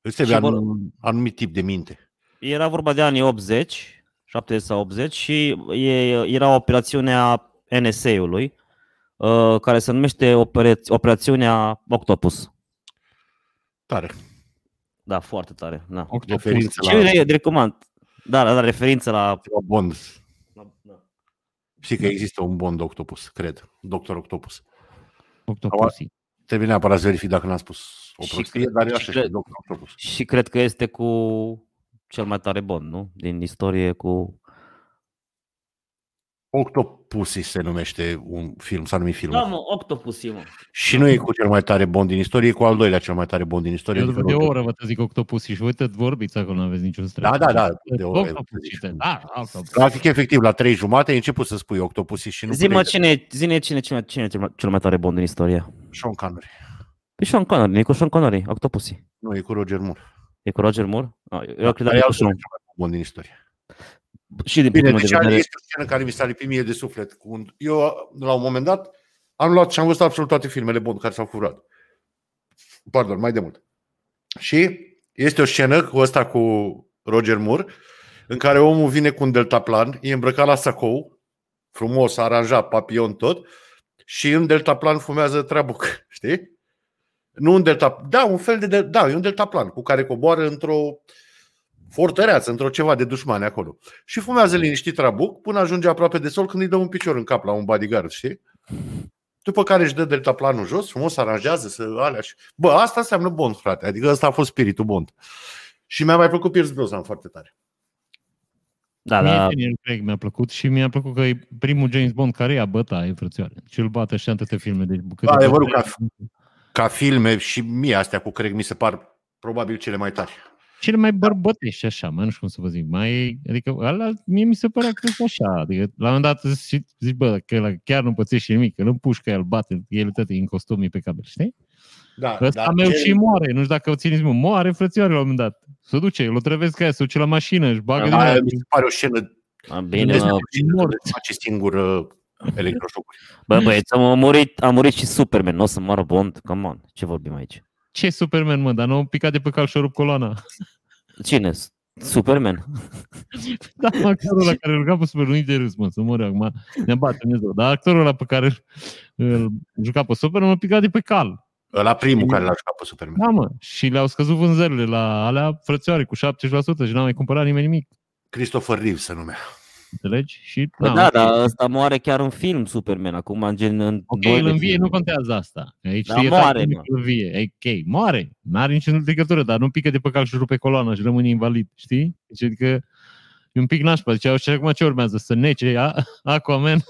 Speaker 2: îți trebuie
Speaker 3: Și vor-
Speaker 2: anum- anumit tip de minte.
Speaker 3: Era vorba de anii 80, 70 sau 80 și e, era operațiunea NSA-ului uh, care se numește opera- operațiunea Octopus.
Speaker 2: Tare.
Speaker 3: Da, foarte tare. Da.
Speaker 2: Referință
Speaker 3: Ce
Speaker 2: la,
Speaker 3: le recomand? Da, da, da, referință la...
Speaker 2: la Bond.
Speaker 3: la da.
Speaker 2: Știi că există un Bond Octopus, cred. Doctor Octopus.
Speaker 1: Octopusi.
Speaker 2: Trebuie neapărat să verific dacă n-am spus o
Speaker 3: Și
Speaker 2: prostie,
Speaker 3: cred-
Speaker 2: dar e
Speaker 3: și
Speaker 2: așa
Speaker 3: cred-
Speaker 2: știu, Doctor Octopus.
Speaker 3: Și cred că este cu cel mai tare Bond, nu? Din istorie cu...
Speaker 2: Octopussy se numește un film, s-a numit filmul.
Speaker 3: Da, mă, Octopus, mă.
Speaker 2: Și nu e cu cel mai tare bond din istorie, e cu al doilea cel mai tare bond din istorie.
Speaker 1: Eu
Speaker 2: adică
Speaker 1: de
Speaker 2: nu-
Speaker 1: o oră vă zic octopusi și uite vorbiți acolo, nu aveți niciun stres.
Speaker 2: Da, da, da, de oră.
Speaker 1: Octopusi, da, octopusi.
Speaker 2: Trafic efectiv la trei jumate, ai început să spui octopusi și nu
Speaker 3: Zi-mă
Speaker 2: puteai-
Speaker 3: cine, zine cine, cine, cine e cel mai- cel mai tare Bond din istorie.
Speaker 2: Sean Connery.
Speaker 3: E Sean Connery, e cu Sean Connery, Octopus.
Speaker 2: Nu, e cu Roger Moore.
Speaker 3: E cu Roger Moore? Ah, eu- Eu
Speaker 2: Dar
Speaker 3: credeam
Speaker 2: e
Speaker 3: că
Speaker 2: al
Speaker 3: cu Sean.
Speaker 2: doilea cel mai bun din istorie.
Speaker 3: Și din
Speaker 2: Bine,
Speaker 3: punctul meu
Speaker 2: deci
Speaker 3: de vedere.
Speaker 2: este o scenă care mi s-a lipit mie de suflet. cu un- Eu, la un moment dat, am luat și am văzut absolut toate filmele Bond care s-au curat. Pardon, mai de mult. Și este o scenă cu ăsta cu Roger Moore, în care omul vine cu un deltaplan, e îmbrăcat la sacou, frumos, aranjat, papion tot, și în deltaplan fumează trabuc, [LAUGHS] știi? Nu un delta, da, un fel de, del- da, e un deltaplan cu care coboară într-o fortăreață, într-o ceva de dușmani acolo. Și fumează liniștit trabuc până ajunge aproape de sol când îi dă un picior în cap la un bodyguard, știi? După care își dă deltaplanul jos, frumos aranjează, să alea și... Bă, asta înseamnă Bond, frate. Adică ăsta a fost spiritul Bond. Și mi-a mai plăcut Pierce Brosnan foarte tare.
Speaker 3: Da,
Speaker 1: Mie
Speaker 3: da.
Speaker 1: Daniel Craig mi-a plăcut și mi-a plăcut că e primul James Bond care ia băta, e frățioare. Și îl bate și în toate filme. Deci, cât
Speaker 2: Da,
Speaker 1: de-
Speaker 2: adevărul că ca filme și mie astea cu Craig mi se par probabil cele mai tari.
Speaker 1: Cele
Speaker 2: Da.
Speaker 1: mai bărbătești așa, mai nu știu cum să vă zic. Mai, adică, ala, mie mi se părea că e așa. Adică, la un moment dat zici, zici bă, că ăla chiar nu pățește nimic, că îl împușcă, el bate, el tot e în costum, e pe cabel, știi?
Speaker 2: Da,
Speaker 1: Că ăsta
Speaker 2: dar
Speaker 1: meu
Speaker 2: cel-
Speaker 1: și moare, nu știu dacă o țineți, mă, moare frățioare la un moment dat. Se duce, îl otrăvesc ca aia, se duce la mașină, își bagă în
Speaker 2: Aia
Speaker 1: aer.
Speaker 2: mi se pare o scenă
Speaker 3: A,
Speaker 2: de
Speaker 3: Bine,
Speaker 1: Vezi?
Speaker 3: mă.
Speaker 1: Da. mort.
Speaker 2: face singur uh, electroșocuri.
Speaker 3: Bă, băieți, am murit, a murit și Superman, nu o să moară Bond, come on, ce vorbim aici?
Speaker 1: Ce Superman, mă, dar nu au picat de pe cal și rup coloana. [LAUGHS]
Speaker 3: Cine? Superman?
Speaker 1: Da, mă, actorul ăla care îl juca pe Superman, nu-i de râs, mă, să mor eu acum, ne bate Dumnezeu. Dar actorul ăla pe care îl- îl juca pe Superman m-a picat de pe cal.
Speaker 2: La primul care l-a jucat pe Superman.
Speaker 1: Da, mă, și le-au scăzut vânzările la alea frățioare cu 70% și n-a mai cumpărat nimeni nimic.
Speaker 2: Christopher Reeve se numea.
Speaker 1: Înțelegi? Și,
Speaker 3: Bă,
Speaker 1: na,
Speaker 3: da,
Speaker 1: ok.
Speaker 3: dar ăsta moare chiar în film Superman, acum în gen... În
Speaker 1: Ok,
Speaker 3: doi
Speaker 1: îl
Speaker 3: de
Speaker 1: învie,
Speaker 3: filme.
Speaker 1: nu
Speaker 3: [LAUGHS]
Speaker 1: contează asta. Aici
Speaker 3: Dar
Speaker 1: știe
Speaker 3: Da, moare,
Speaker 1: exact cum îl
Speaker 3: mă.
Speaker 1: învie. Ok, moare. N-are nicio legătură, dar nu pică de pe cal și rupe coloana și rămâne invalid, știi? Deci, adică e un pic nașpa. Deci, și acum ce urmează? Să nece a, Aquaman? [LAUGHS]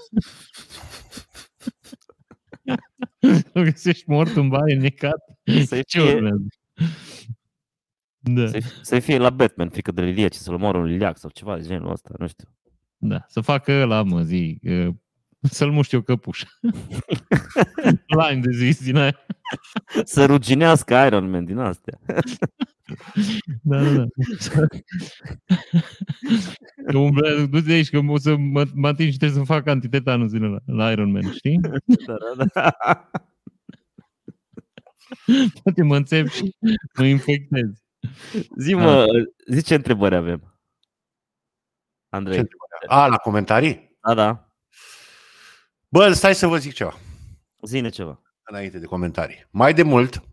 Speaker 1: nu găsești mort în baie, necat?
Speaker 3: Să
Speaker 1: Ce
Speaker 3: fie-
Speaker 1: urmează? Da,
Speaker 3: Să, să fie la Batman, frică de Lilie, ce să-l moară un liliac sau ceva de genul ăsta, nu știu.
Speaker 1: da. Să facă ăla, mă, zi, uh, să-l muști eu [LAUGHS] căpușa. Lyme disease din aia.
Speaker 3: Să ruginească Iron Man din astea. [LAUGHS]
Speaker 1: Da, da, da. Că umblă, du-te de aici, că o să mă, mă ating și trebuie să fac antitetanul zilele la, la Iron Man, știi?
Speaker 3: Da, da, da.
Speaker 1: Poate mă înțep și mă infectez.
Speaker 3: Zi-mă,
Speaker 1: Da.
Speaker 3: zi ce întrebări avem.
Speaker 2: Ce
Speaker 3: Andrei,
Speaker 2: întrebare? A, la comentarii?
Speaker 3: da, da,
Speaker 2: Bă, stai să vă zic ceva
Speaker 3: zine ceva.
Speaker 2: înainte de comentarii. Mai de mult,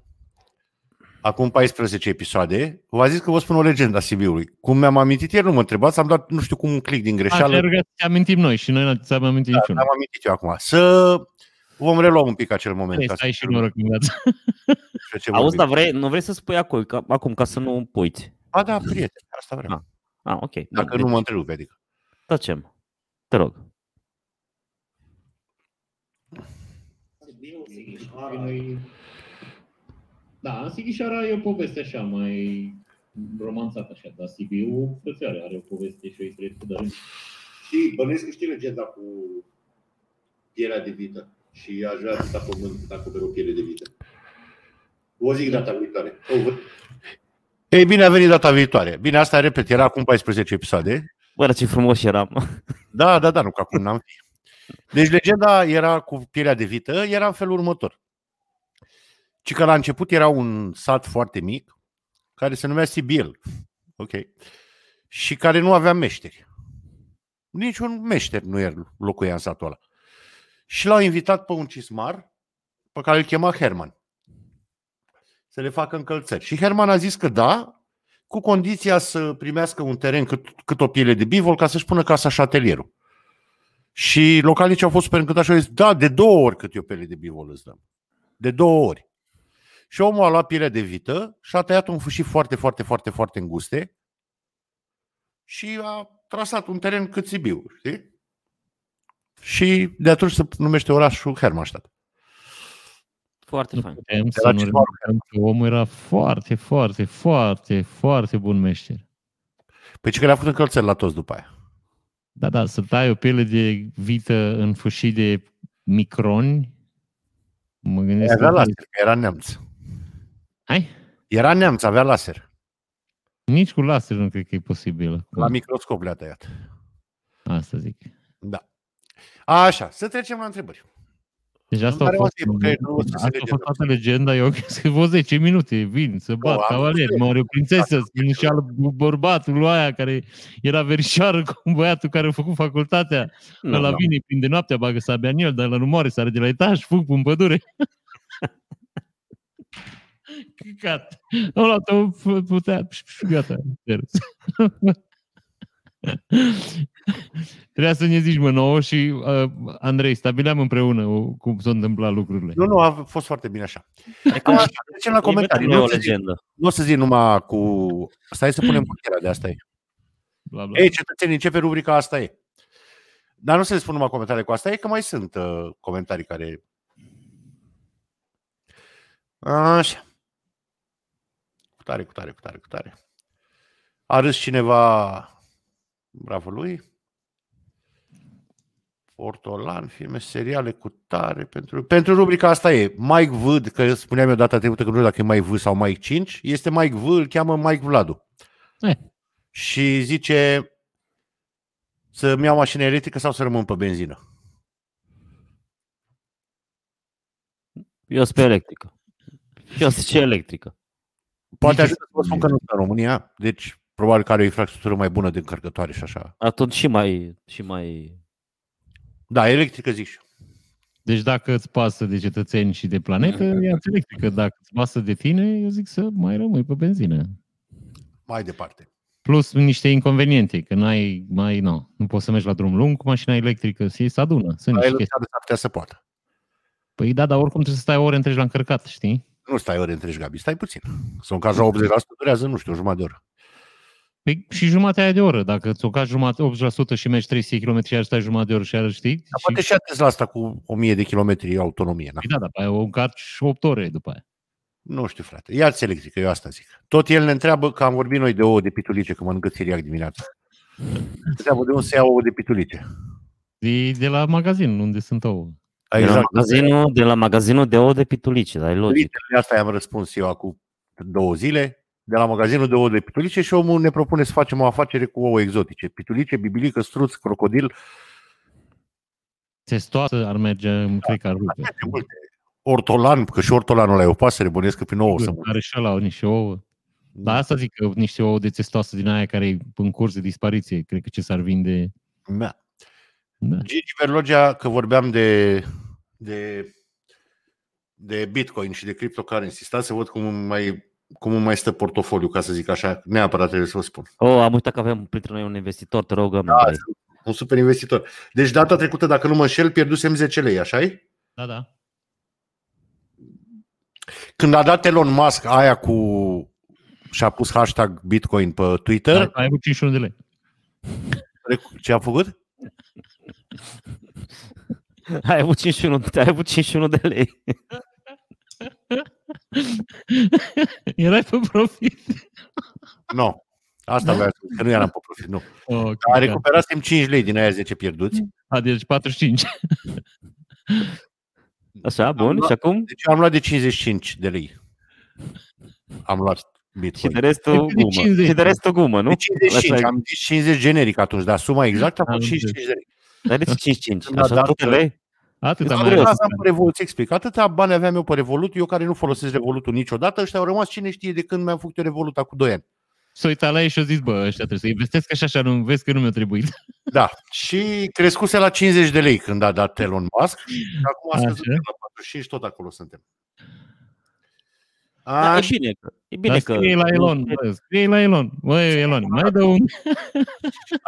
Speaker 2: acum 14 episoade, v-a zis că vă spun o legendă a Sibiului. Cum mi-am amintit ieri, nu mă întrebați, am dat nu știu cum un click din
Speaker 1: Așa
Speaker 2: greșeală.
Speaker 1: ne rugat să te amintim noi și noi n-am am amintit da, niciunul.
Speaker 2: Am amintit eu acum. Să vom relua un pic acel moment.
Speaker 3: Păi,
Speaker 1: Da,
Speaker 2: ca să
Speaker 1: stai și noroc în viață.
Speaker 2: știu ce
Speaker 3: Auzi,
Speaker 2: vorbim.
Speaker 3: dar vrei, nu vrei să spui acum, ca, acum ca să nu puiți.
Speaker 2: Ba da, prieten, asta vreau.
Speaker 3: Da. Ah, ok.
Speaker 2: Dacă
Speaker 3: Bun,
Speaker 2: nu mă
Speaker 3: deci
Speaker 2: întrerupe, adică.
Speaker 3: Tăcem. Te rog.
Speaker 5: Păi Da, în Sighișoara e o poveste așa, mai romanțată așa, dar Sibiu, frățioare, are o poveste și o istorie de
Speaker 6: Știi, bănuiesc că știi legenda cu pielea de vită și aș vrea să pământ dacă ofer o piele de vită. O zic data viitoare. Over.
Speaker 2: Ei bine, a venit data viitoare. Bine, asta, repet, era acum 14 episoade.
Speaker 3: Bă, dar ce frumos eram.
Speaker 2: Da, da, da, nu că acum n-am fi. Deci legenda era cu pielea de vită, era în felul următor. Ci că la început era un sat foarte mic, care se numea Sibiel. Ok. Și care nu avea meșteri. Niciun meșter nu era locuia în satul ăla. Și l-au invitat pe un cismar pe care îl chema Herman. Să le facă încălțări. Și Herman a zis că da, cu condiția să primească un teren cât, cât o piele de bivol ca să-și pună casa și atelierul. Și localnicii au fost super încântați și au zis, da, de două ori cât e o piele de bivol îți dăm. De două ori. Și omul a luat pielea de vită și a tăiat un fâșii foarte, foarte, foarte, foarte înguste și a trasat un teren cât Sibiu, știi? Și de atunci se numește orașul Hermannstadt.
Speaker 3: Foarte
Speaker 1: Nu
Speaker 3: fain.
Speaker 1: putem să
Speaker 2: la
Speaker 1: nu
Speaker 2: cineva
Speaker 1: remarcăm că omul era foarte, foarte, foarte, foarte bun meșter.
Speaker 2: Păi ce că le-a făcut încălțări la toți după aia.
Speaker 1: Da, da, să tai o piele de vită în fâșii de microni, mă gândesc...
Speaker 2: Avea
Speaker 1: că-
Speaker 2: laser, că era neamț.
Speaker 1: Hai?
Speaker 2: Era neamț, avea laser.
Speaker 1: Nici cu laser nu cred că e posibil.
Speaker 2: La microscop le-a tăiat.
Speaker 1: Asta zic.
Speaker 2: Da. Așa, să trecem la întrebări.
Speaker 1: Deci asta a
Speaker 2: are
Speaker 1: fost,
Speaker 2: motiv, că nu o să se
Speaker 1: asta a
Speaker 2: legea.
Speaker 1: fost toată legenda. Eu [LAUGHS] scriu vreo 10 minute, vin să bat,
Speaker 2: am
Speaker 1: cavaler,
Speaker 2: înțeles.
Speaker 1: mă are o prințesă,
Speaker 2: Dacă-
Speaker 1: spun și al bărbatul lui aia care era verișoară cu băiatul care a făcut facultatea.
Speaker 3: Nu,
Speaker 1: la
Speaker 3: nu.
Speaker 1: vine, îi prinde noaptea, bagă sabia în el, dar la rumoare sare de la etaj, fug în
Speaker 2: [LAUGHS]
Speaker 1: pădure. Căcat. Am luat-o, f- putea, gata. terus. [LAUGHS] Trebuia să ne zici, mă, nouă și uh, Andrei, stabileam împreună o- cum s-au întâmplat lucrurile.
Speaker 2: Nu, nu, a fost foarte bine așa.
Speaker 3: Hai că
Speaker 2: Da. Acum, trecem Ah, la
Speaker 3: [LAUGHS] e
Speaker 2: comentarii.
Speaker 3: veteranul
Speaker 2: Nu o
Speaker 3: e o
Speaker 2: să zic-
Speaker 3: legendă.
Speaker 2: nu o să zic numai cu... Stai să punem portiera de asta e.
Speaker 1: Bla, bla.
Speaker 2: Ei, cetățenii, începe rubrica asta e. Dar nu se spun numai comentarii cu asta e, că mai sunt uh, comentarii care... Așa. Cu tare, cu tare, cu tare, cu tare. A râs cineva bravo lui. Portolan, filme, seriale cu tare. Pentru, pentru rubrica asta e. Mike Vâd, că spuneam eu data trecută că nu știu dacă e Mike Vâd sau Mike 5, este Mike Vâd, îl cheamă Mike Vladu și zice să-mi iau mașină electrică sau să rămân pe benzină.
Speaker 3: Eu sunt pe electrică. Eu sunt ce electrică.
Speaker 2: Poate
Speaker 1: Nici
Speaker 2: ajută să vă spun că nu sunt în România, deci probabil că are o infrastructură mai bună de încărcătoare și așa.
Speaker 3: Atunci și mai, și mai...
Speaker 2: Da, electrică zic și eu.
Speaker 1: Deci dacă îți pasă de cetățeni și de planetă, e electrică. Dacă îți pasă de tine, eu zic să mai rămâi pe benzină.
Speaker 2: Mai departe.
Speaker 1: Plus niște inconveniente, că n-ai, mai, nu, nu poți să mergi la drum lung cu mașina electrică, se se adună. Sunt
Speaker 2: La
Speaker 1: niște
Speaker 2: el
Speaker 1: chestii.
Speaker 2: s-ar putea să poată.
Speaker 1: Păi da, dar oricum trebuie să stai ore întregi la încărcat, știi?
Speaker 2: Nu stai ore întregi, Gabi, stai puțin. Sau în caz la 80% durează, nu știu, jumătate de oră.
Speaker 1: Păi și jumatea aia de oră, dacă ți-o cazi jumate, 80% și mergi 300 km și iar stai jumătate de oră și iar știi?
Speaker 2: Dar
Speaker 1: Și-
Speaker 2: poate și atezi la asta cu 1000 de kilometri autonomie. Na?
Speaker 1: Păi da, dar pe aia o încarci 8 ore după aia.
Speaker 2: Nu știu, frate. Ia-ți electrică, eu asta zic. Tot el ne întreabă că am vorbit noi de ouă de pitulice, că mănâncă țiriac dimineața. Ne Întreabă de unde se ia ouă de pitulice.
Speaker 1: De, de la magazin, unde sunt ouă.
Speaker 2: Ai
Speaker 3: De la,
Speaker 2: Exact.
Speaker 3: magazinul, de la magazinul de ouă de pitulice, dar e logic.
Speaker 2: Pitulițele asta i-am răspuns eu acum două zile, de la magazinul de ouă de pitulice și omul ne propune să facem o afacere cu ouă exotice. Pitulice, bibilică, struț, crocodil,
Speaker 1: Testoasă ar merge, cred că ar rupe.
Speaker 2: atât de multe. Ortolan, că și ortolanul ăla e o pasăre, bănuiesc că prin ouă să
Speaker 1: Are și la niște ouă. Dar asta zic că niște ouă de testoasă din aia care e în curs de dispariție, cred că ce s-ar vinde.
Speaker 2: mă-
Speaker 1: Da.
Speaker 2: Gigi Berlogea, că vorbeam de, de, de Bitcoin și de cryptocurrency. Stați să văd cum îmi mai, cum îmi mai stă portofoliu, ca să zic așa. Neapărat trebuie să vă spun.
Speaker 3: Oh, am uitat că avem printre noi un investitor, te rogăm. Da,
Speaker 2: Un super investitor. Deci data trecută, dacă nu mă înșel, pierdusem 10 lei, așa -i?
Speaker 1: Da, da.
Speaker 2: Când a dat Elon Musk aia cu și-a pus hashtag Bitcoin pe Twitter,
Speaker 1: Dar ai avut 51 de lei. [LAUGHS]
Speaker 2: rec- ce a făcut?
Speaker 3: ai, avut 51, ai avut 51 de lei.
Speaker 1: Erai pe profit.
Speaker 2: Nu. Asta vreau să spun, că nu eram pe profit, nu.
Speaker 1: Ok,
Speaker 2: A
Speaker 1: gata.
Speaker 2: recuperasem 5 lei din aia 10 pierduți.
Speaker 1: A, deci 45.
Speaker 3: Așa, bun.
Speaker 2: luat-
Speaker 3: Și acum?
Speaker 2: Deci eu am luat de 55 de lei. Am luat
Speaker 3: Și
Speaker 2: Bitcoin.
Speaker 3: de restul
Speaker 1: Depinde
Speaker 3: gumă.
Speaker 1: 50.
Speaker 3: Și de restul gumă, nu?
Speaker 2: De 55,
Speaker 3: Lăsa-
Speaker 2: am zis 50 generic atunci, dar suma exactă a
Speaker 1: Am
Speaker 2: fost 55 de lei.
Speaker 3: Dar de ce 55?
Speaker 2: Da,
Speaker 3: Așa,
Speaker 2: da,
Speaker 3: tot
Speaker 2: da.
Speaker 3: lei?
Speaker 1: Atât
Speaker 2: Deci
Speaker 1: am
Speaker 3: Am
Speaker 1: mai
Speaker 2: atâta
Speaker 3: reușit.
Speaker 1: rămas.
Speaker 2: aveam pe Revolut, ți explic. Atâta bani aveam eu pe Revolut, eu care nu folosesc Revolut niciodată, ăștia au rămas cine știe de când mi-am făcut eu Revolut acum 2 ani.
Speaker 1: S-a uitat la ei și a zis, bă, ăștia trebuie să investesc așa, așa, nu vezi că nu mi-a trebuit.
Speaker 2: Da, și crescuse la 50 de lei când a dat Elon Musk și acum a
Speaker 1: Așa.
Speaker 2: scăzut la 45, tot acolo suntem.
Speaker 3: Da, e
Speaker 2: Așa.
Speaker 3: bine. că- E bine
Speaker 1: Dar
Speaker 3: că...
Speaker 1: scrie la Elon, bă, scrie la Elon. Băi, Elon, mai dă un...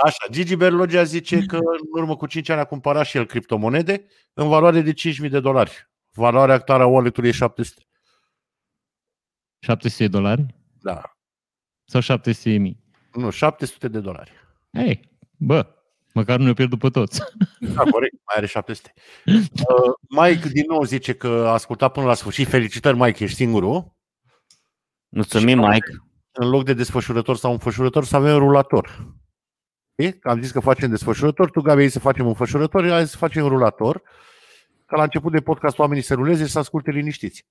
Speaker 2: Așa, Gigi Berlogea zice că în urmă cu 5 ani a cumpărat și el criptomonede în valoare de 5.000 de dolari. Valoarea actuală a wallet-ului e 700.
Speaker 1: 700 de dolari
Speaker 2: Da,
Speaker 1: sau 700 de mii?
Speaker 2: nu, 700 de dolari.
Speaker 1: Hei, bă, măcar nu ne-o pierd după toți.
Speaker 2: Da, corect, mai are 700. Uh, Mike din nou zice că a ascultat până la sfârșit. Felicitări, Mike, ești singurul.
Speaker 3: Mulțumim, Mike.
Speaker 2: În loc de desfășurător sau înfășurător, să avem rulator. E? Că Am zis că facem desfășurător, tu, Gabi, ai să facem înfășurător, hai să facem rulator. Ca la început de podcast oamenii să ruleze și să asculte liniștiți.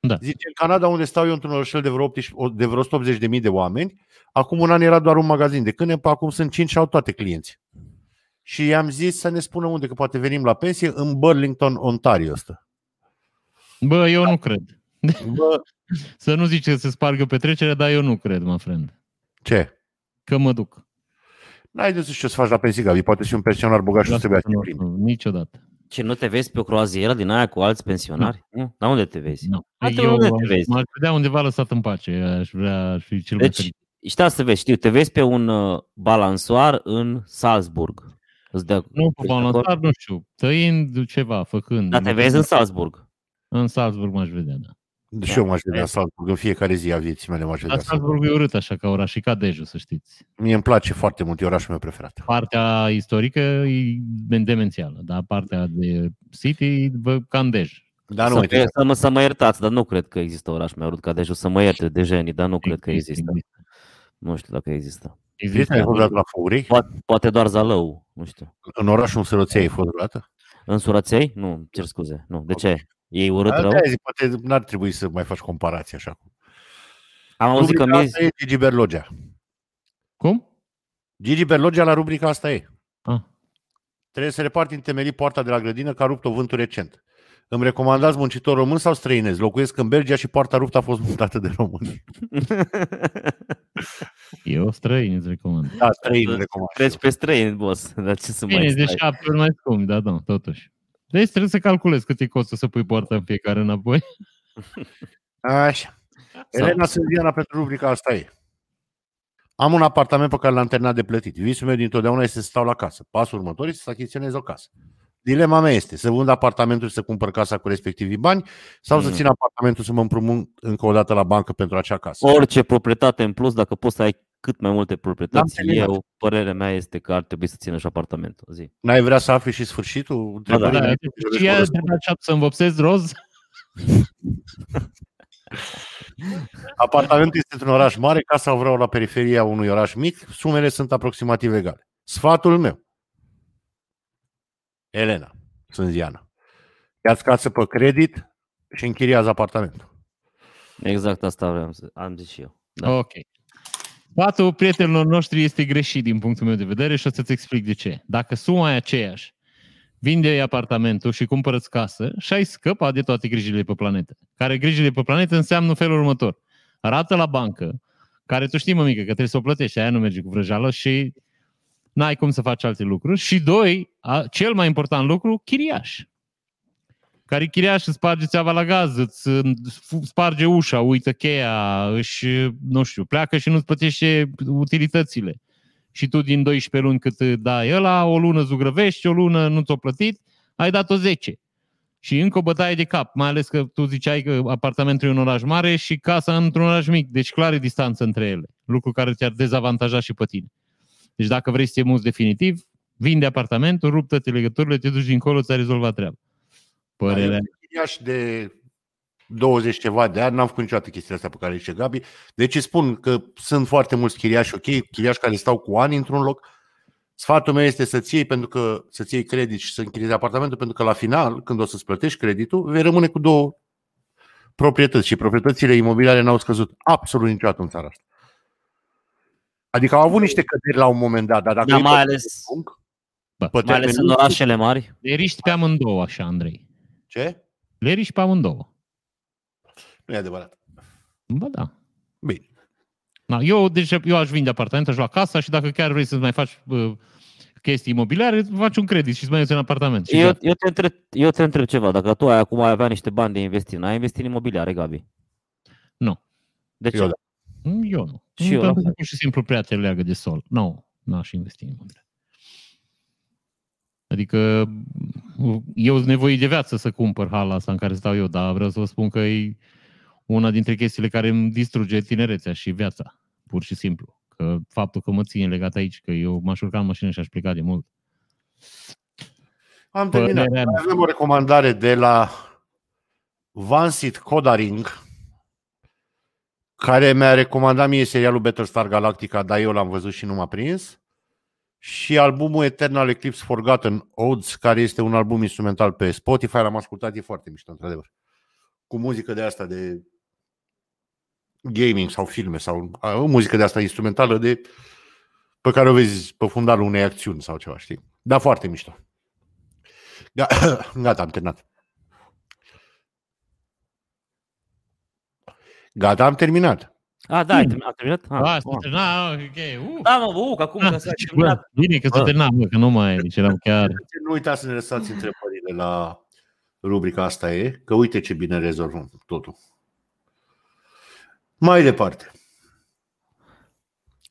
Speaker 1: Da.
Speaker 2: Zice, în Canada, unde stau eu într-un orășel de vreo, 18, o- de vreo 180.000 de oameni, acum un an era doar un magazin de câine, pe acum sunt 5 și au toate clienții. Și i-am zis să ne spună unde, că poate venim la pensie, în Burlington, Ontario ăsta.
Speaker 1: Bă, eu nu cred.
Speaker 2: Bă,
Speaker 1: Să nu zici că se spargă petrecerea, dar eu nu cred, mă friend.
Speaker 2: ce?
Speaker 1: Că mă duc.
Speaker 2: N-ai de zis ce să faci la pensii, Gabi. Poate și un pensionar bogat și nu
Speaker 1: Lasă
Speaker 2: trebuia să
Speaker 1: că Da, nu,
Speaker 2: plimbi.
Speaker 1: nu, Niciodată.
Speaker 3: Ce, nu te vezi pe o croazieră din aia cu alți pensionari? Nu. La unde te vezi?
Speaker 1: Nu.
Speaker 3: Atunci
Speaker 1: Eu
Speaker 3: unde te
Speaker 1: aș-
Speaker 3: vezi?
Speaker 1: m-aș vedea undeva lăsat în pace. Aș vrea, aș fi cel mai
Speaker 3: Deci,
Speaker 1: fericit.
Speaker 3: știi, să vezi, știu, te vezi pe un uh, balansoar în Salzburg. Îți dă,
Speaker 1: Nu, pe
Speaker 3: ești de acord?
Speaker 1: balansar, nu știu. Tăind ceva, făcând.
Speaker 3: deci Dar te vezi în Salzburg.
Speaker 1: În Salzburg m-aș vedea, da.
Speaker 2: Și eu m-aș vedea Salzburg în fiecare zi a vieții mele. M-aș vedea
Speaker 1: Dar
Speaker 2: Salzburg.
Speaker 1: Salzburg e urât așa ca oraș și ca Dejul, să știți.
Speaker 2: Mie îmi place foarte mult, e orașul meu preferat.
Speaker 1: Partea istorică e demențială, dar partea de city, bă, ca în Dej.
Speaker 2: Dar Da, nu,
Speaker 3: să,
Speaker 2: uite,
Speaker 3: să, mă, să mă iertați, dar nu cred că există oraș mai urât ca Dejul. Să mă ierte de genii, dar nu cred că există. Nu știu dacă există.
Speaker 2: știți că ai fost vreodată la Făurii?
Speaker 3: Poate, poate doar Zalău, nu știu.
Speaker 2: În orașul Sărăței ai fost vreodată?
Speaker 3: În Suraței? Nu, îmi cer scuze. Nu, de ce? Ei urât rău?
Speaker 2: Da, zic, poate n-ar trebui să mai faci comparații așa.
Speaker 3: Am auzit că
Speaker 2: Rubrica
Speaker 3: mi
Speaker 2: asta e Gigi Berlogea.
Speaker 1: Cum?
Speaker 2: Gigi Berlogea la rubrica asta e.
Speaker 1: Ah.
Speaker 2: Trebuie să reparti în temelii poarta de la grădină că a rupt-o vântul recent. Îmi recomandați muncitori român sau străinezi? Locuiesc în Belgia și poarta ruptă a fost mutată de români.
Speaker 1: Eu străin îți recomand.
Speaker 2: Da, străini recomand.
Speaker 3: Crezi pe străini, boss. [LAUGHS] Dar ce să mai
Speaker 1: Bine, deci de
Speaker 3: stai?
Speaker 1: șapte ori mai scump, da, da, totuși. Deci trebuie să calculezi cât îi costă să pui poarta în fiecare înapoi.
Speaker 2: Așa. Elena Sârdiana pentru rubrica asta e. Am un apartament pe care l-am terminat de plătit. Visul meu dintotdeauna este să stau la casă. Pasul următor este să achiziționez o casă. Dilema mea este să vând apartamentul și să cumpăr casa cu respectivii bani sau să
Speaker 3: Mm.
Speaker 2: țin apartamentul să mă împrumut încă o dată la bancă pentru acea casă.
Speaker 3: Orice proprietate în plus, dacă poți să ai cât mai multe proprietăți,
Speaker 2: L-am terminat.
Speaker 3: eu, părerea mea este că ar trebui să țină și apartamentul. Zi.
Speaker 2: N-ai vrea să afli și sfârșitul?
Speaker 1: Da,
Speaker 2: întrebării?
Speaker 1: da, și ea trebuie așa să învopsez roz.
Speaker 2: Apartamentul este într-un oraș mare, casa o vreau la periferia unui oraș mic, sumele sunt aproximativ egale. Sfatul meu. Elena, sunt Ziana. Ia-ți casă pe credit și închiriază apartamentul.
Speaker 3: Exact asta vreau să am zis și eu. Da.
Speaker 1: Ok. Sfatul prietenilor noștri este greșit din punctul meu de vedere și o să-ți explic de ce. Dacă suma e aceeași, vinde apartamentul și cumpărăți casă și ai scăpat de toate grijile pe planetă. Care grijile pe planetă înseamnă felul următor. Rată la bancă, care tu știi, mă mică, că trebuie să o plătești, aia nu merge cu vrăjeală și n-ai cum să faci alte lucruri. Și doi, a, cel mai important lucru, chiriaș. Care e chiriaș îți sparge țeava la gaz, îți uh, fu- sparge ușa, uită cheia, își, uh, nu știu, pleacă și nu-ți plătește utilitățile. Și tu din 12 luni cât uh, dai ăla, o lună zugrăvești, o lună nu ți-o plătit, ai dat-o 10. Și încă o bătaie de cap, mai ales că tu ziceai că apartamentul e un oraș mare și casa într-un oraș mic, deci clar e distanță între ele, lucru care te-ar dezavantaja și pe tine. Deci dacă vrei să te muți definitiv, vinde apartamentul, ruptă-te legăturile, te duci dincolo, ți-a rezolvat treaba. Părerea
Speaker 2: Chiriaș de 20 ceva de ani, n-am făcut niciodată chestiile astea pe care le zice Gabi. Deci îți spun că sunt foarte mulți chiriași ok, chiriași care stau cu ani într-un loc. Sfatul meu este să-ți iei, pentru că, să-ți iei credit și să închiriezi apartamentul, pentru că la final, când o să-ți plătești creditul, vei rămâne cu două proprietăți și proprietățile imobiliare n-au scăzut absolut niciodată în țara asta. Adică au avut niște căderi la un moment dat, dar dacă
Speaker 3: Da,
Speaker 2: e
Speaker 3: mai
Speaker 2: pe
Speaker 3: ales-
Speaker 2: lung,
Speaker 1: Bă,
Speaker 2: pe
Speaker 3: Mai ales
Speaker 2: termen
Speaker 3: în
Speaker 2: lung-
Speaker 3: orașele mari.
Speaker 1: Le riști pe amândouă, așa, Andrei.
Speaker 2: Ce?
Speaker 1: Le riști pe amândouă.
Speaker 2: Nu e adevărat.
Speaker 1: Bă, da.
Speaker 2: Bine.
Speaker 1: Na, eu, deci, eu aș vinde apartament, aș lua casa și dacă chiar vrei să mai faci uh, chestii imobiliare, îți faci un credit și îți mai iei un apartament. Și
Speaker 3: Eu,
Speaker 1: gata.
Speaker 3: eu, te întreb, eu te întreb ceva. Dacă tu ai, acum ai avea niște bani de investit, n-ai investit în imobiliare, Gabi?
Speaker 1: Nu.
Speaker 3: De ce?
Speaker 2: Eu da.
Speaker 1: Mm, eu nu.
Speaker 3: Și
Speaker 1: Mm,
Speaker 3: eu la
Speaker 1: Pentru că
Speaker 3: fel.
Speaker 1: pur și simplu prea te leagă de sol. Nu, n-aș investi în imobiliare. Adică eu sunt nevoie de viață să cumpăr hala asta în care stau eu, dar vreau să vă spun că e una dintre chestiile care îmi distruge tinerețea și viața, pur și simplu. Că faptul că mă ține legat aici, că eu m-aș urca în mașină și aș pleca de mult.
Speaker 2: Am terminat.
Speaker 1: Părerea mea.
Speaker 2: Mai avem o recomandare de la Vansit Kodaring, care mi-a recomandat mie serialul Battlestar Galactica, dar eu l-am văzut și nu m-a prins. Și albumul Eternal Eclipse Forgotten Odes, care este un album instrumental pe Spotify, l-am ascultat, e foarte mișto, într-adevăr. Cu muzică de asta de gaming sau filme sau a, o muzică de asta instrumentală de pe care o vezi pe fundalul unei acțiuni sau ceva, știi? Dar foarte mișto. Da, [COUGHS] gata, am terminat. Gata, am terminat.
Speaker 3: A,
Speaker 2: Hmm.
Speaker 3: da, ai terminat. A terminat? A,
Speaker 1: Ah,
Speaker 3: bun.
Speaker 1: s-a terminat, ah, ok. Uh.
Speaker 3: Da, mă, bă, că acum că s-a
Speaker 1: Bă,
Speaker 3: terminat. Ah.
Speaker 1: bine că s-a
Speaker 3: Bă.
Speaker 1: terminat, bă, că nu mai nici eram chiar...
Speaker 2: Nu uitați să ne lăsați întrebările la rubrica asta e, că uite ce bine rezolvăm totul. Mai departe.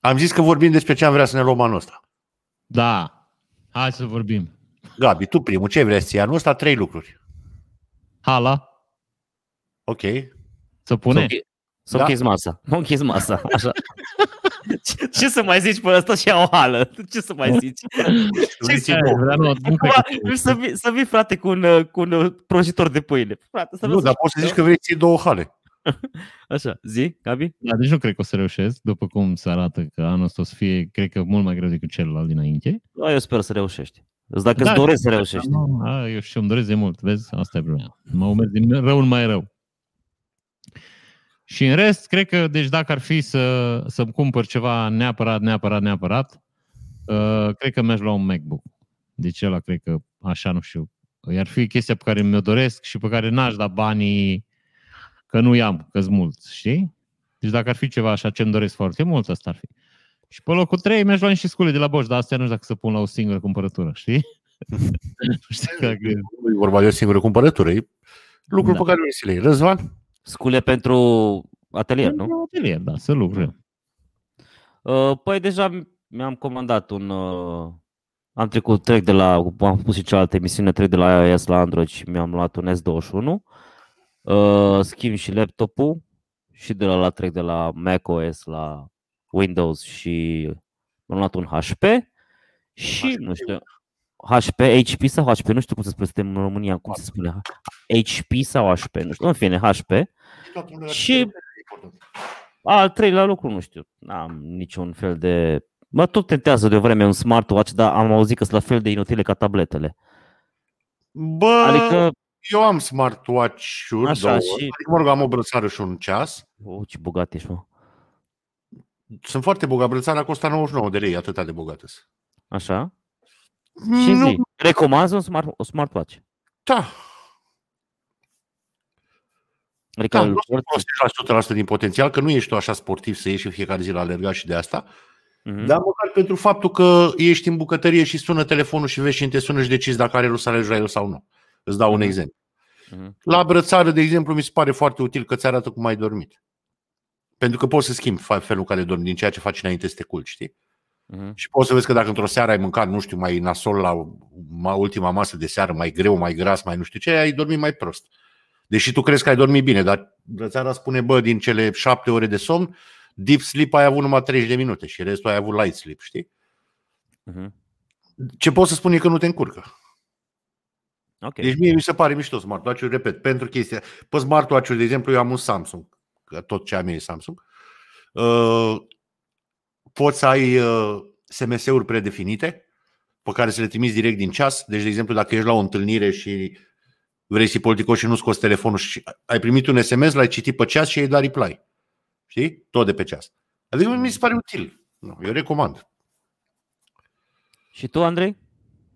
Speaker 2: Am zis că vorbim despre ce am vrea să ne luăm anul ăsta.
Speaker 1: Da, hai să vorbim.
Speaker 2: Gabi, tu primul, ce vrei să iei anul ăsta? Trei lucruri.
Speaker 1: Hala,
Speaker 2: Ok.
Speaker 1: să pune.
Speaker 3: Să
Speaker 2: Da.
Speaker 3: închizi masa. Mă închizi masa.
Speaker 2: [LAUGHS]
Speaker 3: Așa. Ce, ce să mai zici până asta și ia o hală? Ce să mai zici? Ce
Speaker 2: Vrei
Speaker 3: zici?
Speaker 2: să iei nouă?
Speaker 1: Dar nu, nu cred că-
Speaker 3: Acum, să, vii, să vii, frate, cu un, uh, cu un uh, prăjitor de pâine. Frate, să
Speaker 2: Nu, dar poți să zici că vrei să iei două hale.
Speaker 3: Așa, zi, Gabi?
Speaker 1: Da, deci nu cred că o să reușesc, după cum se arată că anul ăsta o să fie, cred că, mult mai greu decât celălalt dinainte.
Speaker 3: Da, eu sper să reușești. Îți dacă
Speaker 1: Da,
Speaker 3: îți doresc să reușești.
Speaker 1: Dar nu, a, eu și eu îmi doresc de mult, vezi? Asta e problema. Mă merg din rău în mai rău. Și în rest, cred că, deci dacă ar fi să, să-mi cumpăr ceva neapărat, neapărat, neapărat, uh, cred că mi-aș lua un MacBook. Deci ăla cred că, așa, nu știu, iar fi chestia pe care mi-o doresc și pe care n-aș da banii că nu i-am, că mulți, știi? Deci dacă ar fi ceva așa ce-mi doresc foarte mult, asta ar fi. Și pe locul 3 mi-aș lua niște scule de la Bosch, dar astea nu știu dacă să pun la o singură cumpărătură, știi? nu știu dacă...
Speaker 2: Nu e vorba de o singură cumpărătură, e lucrul
Speaker 1: Da.
Speaker 2: pe care vrei să le iei. Răzvan?
Speaker 3: Scule pentru atelier, nu?
Speaker 1: Un Atelier, da, să lucrăm.
Speaker 3: Uh, Păi deja mi-am comandat un... uh, Am trecut, trec de la, am pus și cealaltă emisiune, trec de la iOS la Android și mi-am luat un S21. Uh, Schimb și laptopul și de la, la trec de la macOS la Windows și mi-am luat un HP și
Speaker 2: HP.
Speaker 3: nu știu, HP, HP sau HP, nu știu cum se spune, suntem în România, cum se spune, HP sau HP, nu știu, în fine, HP. Și- Al treilea lucru, nu știu. N-am niciun fel de... Mă tot tentează de o vreme un smartwatch, dar am auzit că sunt la fel de inutile ca tabletele.
Speaker 2: Bă,
Speaker 3: Adică,
Speaker 2: eu am smartwatch-uri,
Speaker 3: Așa,
Speaker 2: două.
Speaker 3: și-
Speaker 2: Adică, mă rog, am o brățară și un ceas.
Speaker 3: o, oh, ce bogat ești, mă.
Speaker 2: Sunt foarte bogat. Brățara costă 99 de lei, atâta de bogată. Mm,
Speaker 3: Așa? Și zi, recomanzi un smart, o smartwatch.
Speaker 2: da,
Speaker 3: Adică
Speaker 2: da,
Speaker 3: îl
Speaker 2: nu
Speaker 3: porți-
Speaker 2: sunt 100% din potențial, că nu ești tu așa sportiv să ieși în fiecare zi la alergat și de asta,
Speaker 3: Mhm.
Speaker 2: dar măcar pentru faptul că ești în bucătărie și sună telefonul și vezi cine te sună și decizi dacă are rost să alegi la el sau nu. Îți dau un
Speaker 3: Mhm.
Speaker 2: exemplu.
Speaker 3: Mhm.
Speaker 2: La brățară, de exemplu, mi se pare foarte util că ți arată cum ai dormit. Pentru că poți să schimbi fa- felul în care dormi din ceea ce faci înainte să te culci, știi?
Speaker 3: Mhm.
Speaker 2: Și poți să vezi că dacă într-o seară ai mâncat, nu știu, mai nasol la ma- ultima masă de seară, mai greu, mai gras, mai nu știu ce, ai dormit mai prost. Deși tu crezi că ai dormit bine, dar brățara spune, bă, din cele șapte ore de somn, deep sleep ai avut numai 30 de minute și restul ai avut light sleep, știi?
Speaker 3: Mhm.
Speaker 2: Ce pot să spun e că nu te încurcă.
Speaker 3: Ok.
Speaker 2: Deci mie mi se pare mișto smartwatch-ul, repet, pentru chestia. Pe smartwatch-ul, de exemplu, eu am un Samsung, că tot ce am eu e Samsung. Uh, poți să ai uh, SMS-uri predefinite pe care să le trimiți direct din ceas. Deci, de exemplu, dacă ești la o întâlnire și vrei să politico și nu scoți telefonul și ai primit un SMS, l-ai citit pe ceas și ai dat reply. Știi? Tot de pe ceas. Adică mi se pare util. Nu, eu recomand.
Speaker 3: Și tu, Andrei?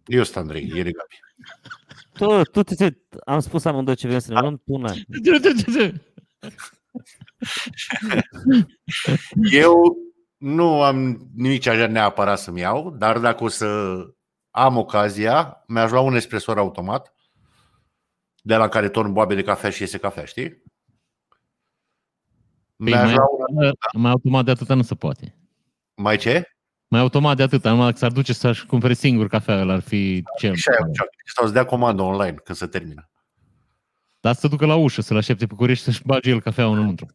Speaker 2: Eu sunt Andrei, e Gabi.
Speaker 3: Tu, tu te, te, am spus amândoi ce vrem
Speaker 2: Da.
Speaker 3: să ne luăm, tu n-ai.
Speaker 2: Eu nu am nimic așa neapărat să-mi iau, dar dacă o să am ocazia, mi-aș lua un espresor automat, de la care torn boabe de cafea și iese cafea, știi?
Speaker 1: Păi
Speaker 2: Mi-aș
Speaker 1: mai,
Speaker 2: lua un...
Speaker 1: mai automat de atâta nu se poate.
Speaker 2: Mai ce?
Speaker 1: Mai automat de atâta, numai dacă s-ar duce să-și cumpere singur cafea, ăla ar fi cel.
Speaker 2: Și aia, sau să dea comandă online când se termină.
Speaker 1: Dar să se ducă la ușă, să-l aștepte pe curie și să-și bage el cafeaua înăuntru.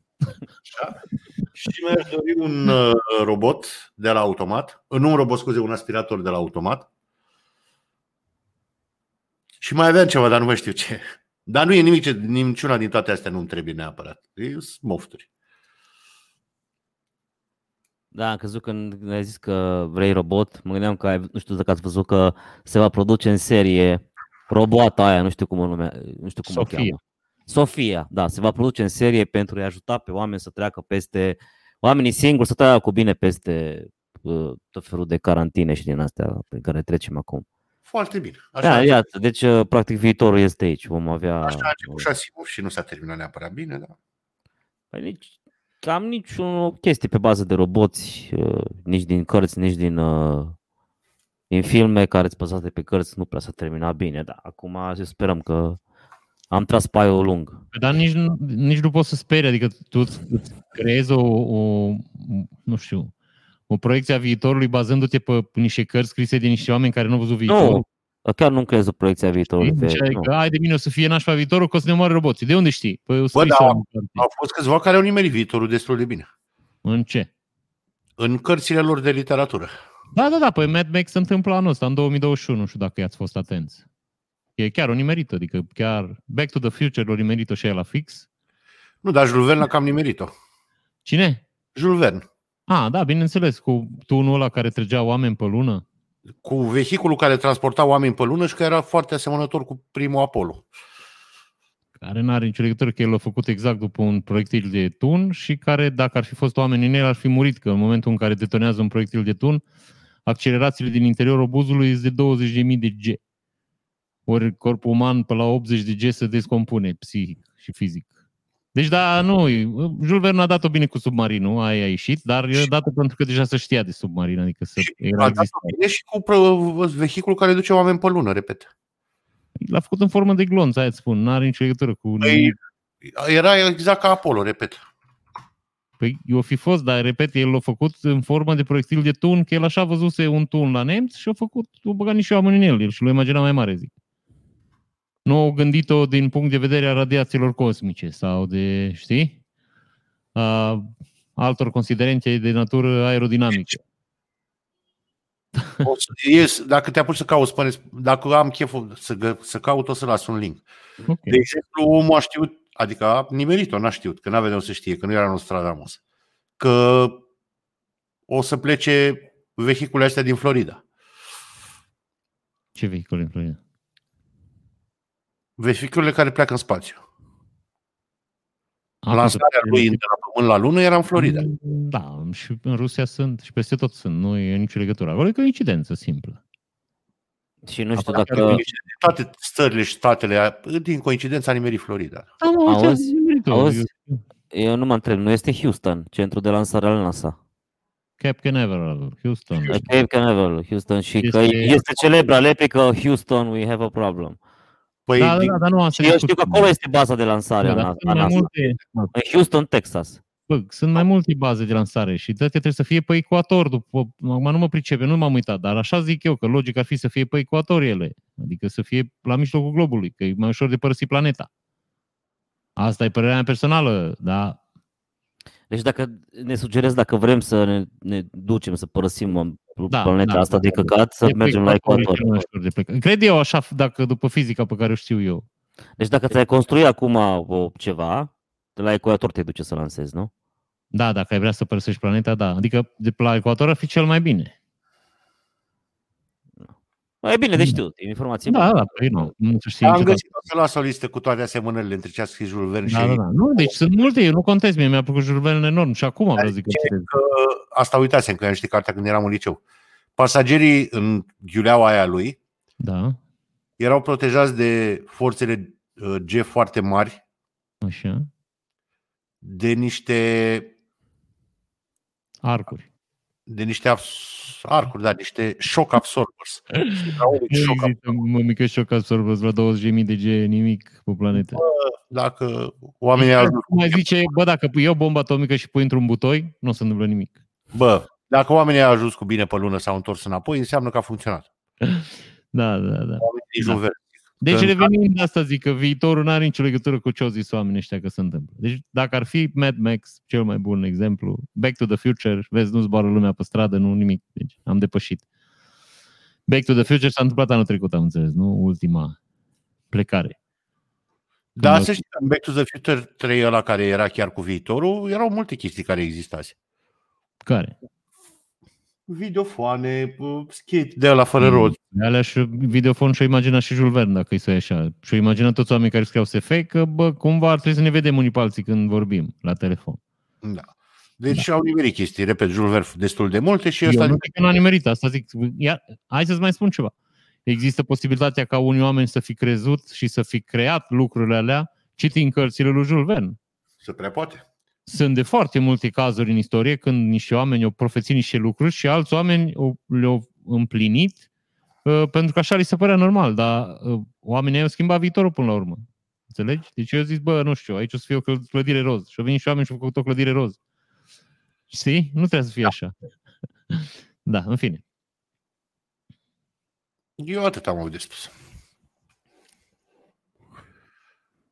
Speaker 2: Și mi-aș dori un uh, robot de la automat, Uh, nu un robot, scuze, un aspirator de la automat. Și mai aveam ceva, dar nu mai știu ce. Dar nu e nimic, ce- niciuna din toate astea nu-mi trebuie neapărat. E sunt mofturi.
Speaker 3: Da, am crezut când ne-ai zis că vrei robot, mă gândeam că ai, nu știu dacă ați văzut că se va produce în serie roboata aia, nu știu cum, o numea, nu știu cum o
Speaker 1: Sofia.
Speaker 3: cheamă. Sofia, da, se va produce în serie pentru a ajuta pe oameni să treacă peste, oamenii singuri să treacă cu bine peste uh, tot felul de carantine și din astea prin care trecem acum.
Speaker 2: Foarte bine. Așa,
Speaker 3: Da, iată, deci uh, practic viitorul este aici, vom avea...
Speaker 2: așa a început și Asimov și nu s-a terminat neapărat bine, da. dar
Speaker 3: Păi nici, am niciun chestie pe bază de roboți, uh, nici din cărți, nici din, uh, din filme care îți păsate pe cărți, nu prea s-a terminat bine, dar acum să sperăm că am tras paiul lung.
Speaker 1: Dar nici, nu- nici nu poți să speri, adică tu îți îți creezi o, o nu știu, o proiecție a viitorului bazându-te pe niște cărți scrise de niște oameni care nu au văzut viitorul.
Speaker 3: Nu, chiar nu crez o proiecție a viitorului. Pe,
Speaker 1: Deci,
Speaker 3: nu.
Speaker 1: adică, hai de mine o să fie nașpa viitorul, că o să ne moară roboții. De unde știi? Păi o scris
Speaker 2: da.
Speaker 1: oameni în carte.
Speaker 2: au fost câțiva care au nimerit viitorul destul de bine.
Speaker 1: În ce?
Speaker 2: În cărțile lor de literatură.
Speaker 1: Da, da, da, păi Mad Max se întâmplă anul ăsta, în 2021, nu știu dacă i-ați fost atenți. E chiar o nimerită, adică chiar Back to the Future l-a nimerit-o și ea la fix.
Speaker 2: Nu, dar Jules Verne la cam nimerit-o.
Speaker 1: Cine?
Speaker 2: Jules Verne.
Speaker 1: Ah, da, bineînțeles, cu tunul ăla care trăgea oameni pe lună.
Speaker 2: Cu vehiculul care transporta oameni pe lună și care era foarte asemănător cu primul Apollo.
Speaker 1: care nu are nicio legătură, că el l-a făcut exact după un proiectil de tun și care, dacă ar fi fost oameni în el, ar fi murit, că în momentul în care detonează un proiectil de tun, accelerațiile din interiorul obuzului sunt de 20.000 de G. Ori corpul uman pe la 80 de G se descompune psihic și fizic. Deci da, nu, e- Jules Verne a dat-o bine cu submarinul, aia a ieșit, dar e dat-o pentru că deja se știa de submarin, adică să
Speaker 2: Și
Speaker 1: era
Speaker 2: A dat
Speaker 1: existat.
Speaker 2: bine și cu pro- vehicul care duce oameni pe lună, repet.
Speaker 1: L-a făcut în formă de glonț, aia îți spun, n-are nicio legătură cu...
Speaker 2: Păi, era exact ca Apollo, repet.
Speaker 1: Păi eu fi fost, dar repet, el l-a făcut în formă de proiectil de tun, că el așa văzuse un tun la nemț și a făcut, a băgat niște oameni în el, el și l-a imaginat mai mare, zic. Nu au gândit-o din punct de vedere a radiațiilor cosmice sau de, știi, a altor considerente de natură aerodinamică.
Speaker 2: O să- ies, dacă te apuci să cauți, spune, dacă am cheful să, gă- să caut, o să las un link.
Speaker 1: Okay.
Speaker 2: De exemplu, omul a știut, adică a nimerit-o, n-a știut, că n-avea de unde să știe, că nu era Nostradamus, că o să plece vehiculele astea din Florida.
Speaker 1: Ce vehicul în Florida?
Speaker 2: Vehiculele care pleacă în spațiu.
Speaker 1: Acum
Speaker 2: Lansarea
Speaker 1: că-
Speaker 2: lui de la Pământ la Lună era în Florida.
Speaker 1: Da, și în Rusia sunt, și peste tot sunt, nu e nicio legătură. Acolo e coincidență simplă.
Speaker 3: Și nu știu
Speaker 2: Dacă...
Speaker 3: dacă...
Speaker 2: Toate țările și statele, din coincidență, a nimerit Florida.
Speaker 1: Am
Speaker 3: Auzi? Auzi? Eu nu mă întreb, nu este Houston, centrul de lansare al NASA?
Speaker 1: Cap Canaveral, Houston.
Speaker 3: Cape Canaveral, Houston și că
Speaker 1: Este-
Speaker 3: este celebra leprică Houston, we have a problem.
Speaker 2: Păi,
Speaker 1: Da, da,
Speaker 2: din-
Speaker 1: da, dar nu asta
Speaker 3: Și eu știu că acolo este baza de lansare
Speaker 1: Da,
Speaker 3: a
Speaker 1: dar
Speaker 3: na-
Speaker 1: sunt
Speaker 3: a
Speaker 1: mai
Speaker 3: NASA.
Speaker 1: multe,
Speaker 3: În Houston, Texas.
Speaker 1: bă, sunt mai multe baze de lansare și de trebuie să fie pe ecuator. După, acum nu mă pricepe, nu m-am uitat, dar așa zic eu că logic ar fi să fie pe ecuator ele. Adică să fie la mijlocul globului, că e mai da? ușor de părăsit planeta. Asta e părerea mea personală, dar
Speaker 3: Deci dacă ne sugerez dacă vrem să ne, ne ducem, să părăsim
Speaker 1: Da,
Speaker 3: da, planeta
Speaker 1: da.
Speaker 3: da, asta de căcat, să
Speaker 1: E
Speaker 3: mergem la
Speaker 1: plecare,
Speaker 3: ecuator.
Speaker 1: cel mai ușor de plecat. Cred eu așa, dacă după fizica pe care o știu eu.
Speaker 3: Deci dacă ți-ai construi acum o, ceva, de la ecuator te duce să lansezi, nu?
Speaker 1: Da, dacă ai vrea să părăsești planeta, da. Adică de la ecuator ar fi cel mai bine.
Speaker 3: Mai bine, deci știu, e informație.
Speaker 1: Da,
Speaker 3: bună.
Speaker 1: da, da, păi nu. Nu să știi
Speaker 2: Am
Speaker 1: niciodată.
Speaker 2: găsit o să las o listă cu toate asemănările între ce a scris Jules Verne
Speaker 1: Da, da,
Speaker 2: și
Speaker 1: da. Nu, deci sunt multe, eu nu contez, mie mi-a plăcut Jules Verne enorm și acum vreau să zic că
Speaker 2: ce-
Speaker 1: citez.
Speaker 2: că asta uitasem, că am citit cartea când eram în liceu. Pasagerii în ghiuleaua aia lui
Speaker 1: Da,
Speaker 2: erau protejați de forțele uh, G foarte mari,
Speaker 1: așa.
Speaker 2: de niște
Speaker 1: Arcuri.
Speaker 2: de niște abs- arcuri, da, niște shock absorbers. Hydraulic
Speaker 1: Nu
Speaker 2: shock
Speaker 1: există, mă mică șoc absorbăți la 20.000 de G nimic pe planetă.
Speaker 2: Dacă oamenii
Speaker 1: Deci,
Speaker 2: ajung,
Speaker 1: cum mai zice, bă, dacă iau bomba atomică și pui într-un butoi, nu se întâmplă nimic.
Speaker 2: bă, dacă oamenii au ajuns cu bine pe lună, s-au întors înapoi, înseamnă că a funcționat.
Speaker 1: Da, da, da.
Speaker 2: Nici
Speaker 1: Da.
Speaker 2: nu vezi.
Speaker 1: Deci
Speaker 2: Că-
Speaker 1: revenind asta zic că viitorul nu are nicio legătură cu ce au zis oamenii ăștia că se întâmplă. Deci dacă ar fi Mad Max, cel mai bun exemplu, Back to the Future, vezi, nu zboară lumea pe stradă, nu nimic, deci am depășit. Back to the Future s-a întâmplat anul trecut, am înțeles, nu? Ultima plecare.
Speaker 2: Da,
Speaker 1: Când-
Speaker 2: să știi, că în Back to the Future 3 ăla care era chiar cu viitorul, erau multe chestii care existase.
Speaker 1: Care?
Speaker 2: Videofoane, uh, Mm. bă, skate de la fără rod.
Speaker 1: De Alea și videofon și-o imagina și Jules Verne, dacă îi să așa. Și-o imagina toți oamenii care scriau SF că, bă, cumva ar trebui să ne vedem unii pe alții când vorbim la telefon.
Speaker 2: Da. Deci au nimerit chestii, repet, Jules Verne destul de multe și
Speaker 1: Eu
Speaker 2: ăsta
Speaker 1: nu zic că nu a nimerit asta, zic, iar, hai să-ți mai spun ceva. Există posibilitatea ca unii oameni să fi crezut și să fi creat lucrurile alea citind cărțile lui Jules Verne.
Speaker 2: se prea poate.
Speaker 1: Sunt de foarte multe cazuri în istorie când niște oameni au profețit niște lucruri și alți oameni o- le-au împlinit uh, pentru că așa li se părea normal, dar uh, oamenii au schimbat viitorul până la urmă. Înțelegi? Deci eu zic, bă, nu știu, aici o să fie o clă- clădire roz. Și au venit și oameni și au făcut o clădire roz. Știi? Nu trebuie să fie așa. [LAUGHS] da, în fine.
Speaker 2: Eu atât am avut de spus.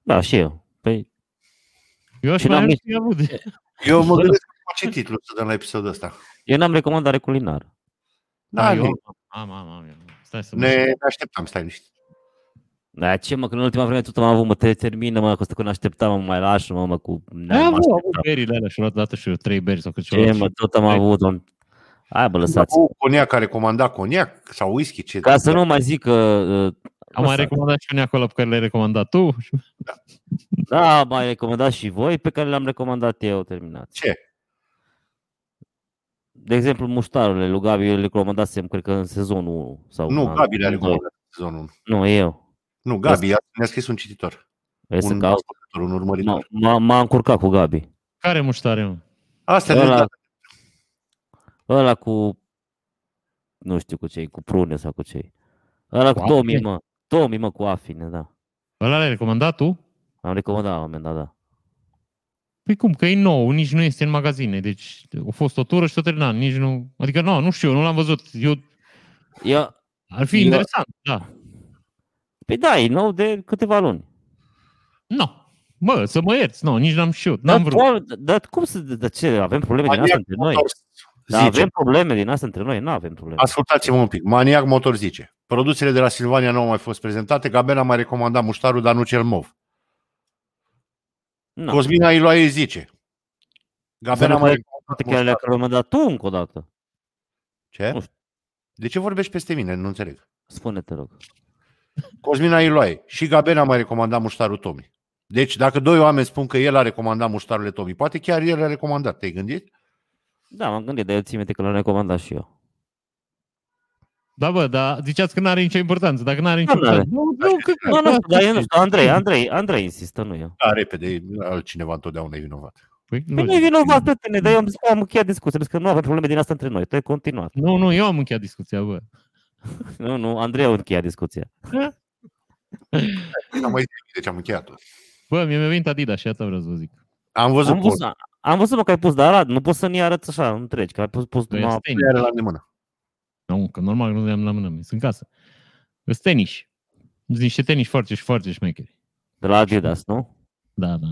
Speaker 3: Da, și eu. Păi,
Speaker 1: Eu aș
Speaker 3: Și
Speaker 1: mai
Speaker 3: n-am
Speaker 1: avea și avut.
Speaker 2: Eu mă gândesc că ce titlu să dăm la episodul ăsta.
Speaker 3: eu n-am recomandare culinară.
Speaker 2: Da,
Speaker 1: eu
Speaker 2: ne,
Speaker 1: am, am, am, eu. Stai să
Speaker 2: ne,
Speaker 1: mă...
Speaker 2: ne așteptam, stai niște.
Speaker 3: Da, ce mă, că în ultima vreme tot am avut, mă, te termină, mă, că stă când așteptam, mă, mai lași, mă, mă, cu...
Speaker 1: Am
Speaker 3: mă,
Speaker 1: avut, am avut
Speaker 3: așteptam.
Speaker 1: berile alea și-au luat dată și eu trei beri sau cât ce-au
Speaker 3: ce,
Speaker 1: luat.
Speaker 3: mă,
Speaker 1: și-
Speaker 3: tot am
Speaker 1: Hai.
Speaker 3: avut, mă, Hai, bă, lăsați.
Speaker 2: Cu coniac care comanda coniac sau whisky, ce
Speaker 3: Ca să nu mai zic că... uh,
Speaker 1: Am mai
Speaker 3: lăsați.
Speaker 1: recomandat și unii acolo pe care le-ai recomandat tu.
Speaker 3: Da, mai recomandat și voi, pe care le-am recomandat eu, terminați.
Speaker 2: Ce?
Speaker 3: De exemplu, muștarele lui Gabi, eu le recomandasem, cred că în sezonul 1. Sau
Speaker 2: Nu,
Speaker 3: în
Speaker 2: Gabi le-a
Speaker 3: în doi.
Speaker 2: recomandat în sezonul 1.
Speaker 3: Nu, eu.
Speaker 2: Nu, Gabi, a- ne-a scris un cititor.
Speaker 3: Este
Speaker 2: Un
Speaker 3: că au-
Speaker 2: ascultător, un urmăritor.
Speaker 3: m-a- m-a, m-a încurcat cu Gabi.
Speaker 1: Care muștare, mă?
Speaker 2: Asta ne
Speaker 3: Ăla,
Speaker 2: da.
Speaker 3: ăla cu... Nu știu cu cei, cu prune sau cu cei. Ăla cu,
Speaker 1: Cu
Speaker 3: Tomi,
Speaker 1: afine?
Speaker 3: mă. Tomi, mă, cu afine, da.
Speaker 1: Ăla l-ai recomandat tu?
Speaker 3: Am recomandat la un moment dat, da.
Speaker 1: Păi cum, că e nou, nici nu este în magazine. Deci a fost o tură și tot terminat. Nici nu... Adică nu, nu știu, nu l-am văzut. Eu...
Speaker 3: Eu,
Speaker 1: Ar fi
Speaker 3: Eu-
Speaker 1: interesant, da.
Speaker 3: păi da, e nou de câteva luni.
Speaker 1: Nu. Bă, să mă ierți, nu, nici n-am știut.
Speaker 3: Dar
Speaker 1: N-am vrut.
Speaker 3: poate- Dar cum să... Dar ce, avem probleme din asta
Speaker 2: Maniac
Speaker 3: între noi? Da,
Speaker 2: motor
Speaker 3: Dar
Speaker 2: zice,
Speaker 3: avem probleme din asta între noi? Nu avem probleme.
Speaker 2: ascultați-mă un pic, Maniac motor zice, produsele de la Silvania nu au mai fost prezentate, Gabela mai recomanda muștarul, dar nu cel mov.
Speaker 3: Nu.
Speaker 2: Da. Cosmina Iloae zice,
Speaker 3: Să
Speaker 2: Gabela
Speaker 3: nu
Speaker 2: mai
Speaker 3: mai-
Speaker 2: recomandat
Speaker 3: Poate chiar le-a
Speaker 2: muștarul.
Speaker 3: recomandat tu încă o dată. Nu
Speaker 2: Ce?
Speaker 3: știu.
Speaker 2: De ce vorbești peste mine? Nu înțeleg.
Speaker 3: Spune, te rog.
Speaker 2: Cosmina Iloae și Gabela mai recomanda muștarul Tomi. Deci dacă doi oameni spun că el a recomandat muștarul Tomi, poate chiar el a recomandat. Te-ai gândit?
Speaker 3: Da, m-am gândit, dar eu țin minte că l-am recomandat și eu.
Speaker 1: Da, bă, dar ziceați că n-are nicio importanță. Dacă n-are nicio
Speaker 3: Da, n-are.
Speaker 1: importanță... Nu, nu, că...
Speaker 3: Nu, nu,
Speaker 1: asta
Speaker 3: dar eu
Speaker 1: e.
Speaker 3: nu știu, Andrei, Andrei, Andrei insistă, nu eu.
Speaker 2: Da, repede, altcineva întotdeauna e vinovat.
Speaker 1: Păi,
Speaker 3: Păi nu e vinovat pe tine, dar eu am zis că am încheiat discuția, am zis că nu avem probleme din asta între noi, tu ai continuat.
Speaker 1: Nu, nu, eu am încheiat discuția, bă.
Speaker 3: Nu, nu, Andrei a încheiat discuția.
Speaker 2: Am mai zis, deci am încheiat
Speaker 1: Bă, mi-a venit Adidas și asta vreau să vă zic.
Speaker 2: Am văzut
Speaker 3: Am
Speaker 2: am poza.
Speaker 3: văzut, am văzut mă, că ai pus de arat, nu poți să ni arăți așa, întregi, că ai pus, pus
Speaker 1: Bă,
Speaker 3: numai...
Speaker 1: sunt tenis.
Speaker 2: Era la îndemână.
Speaker 1: Nu, că normal nu le-am la mână, mi sunt în casă. Sunt tenis. Sunt niște tenis foarte și foarte șmecheri.
Speaker 3: de la Adidas, nu?
Speaker 1: Da, da.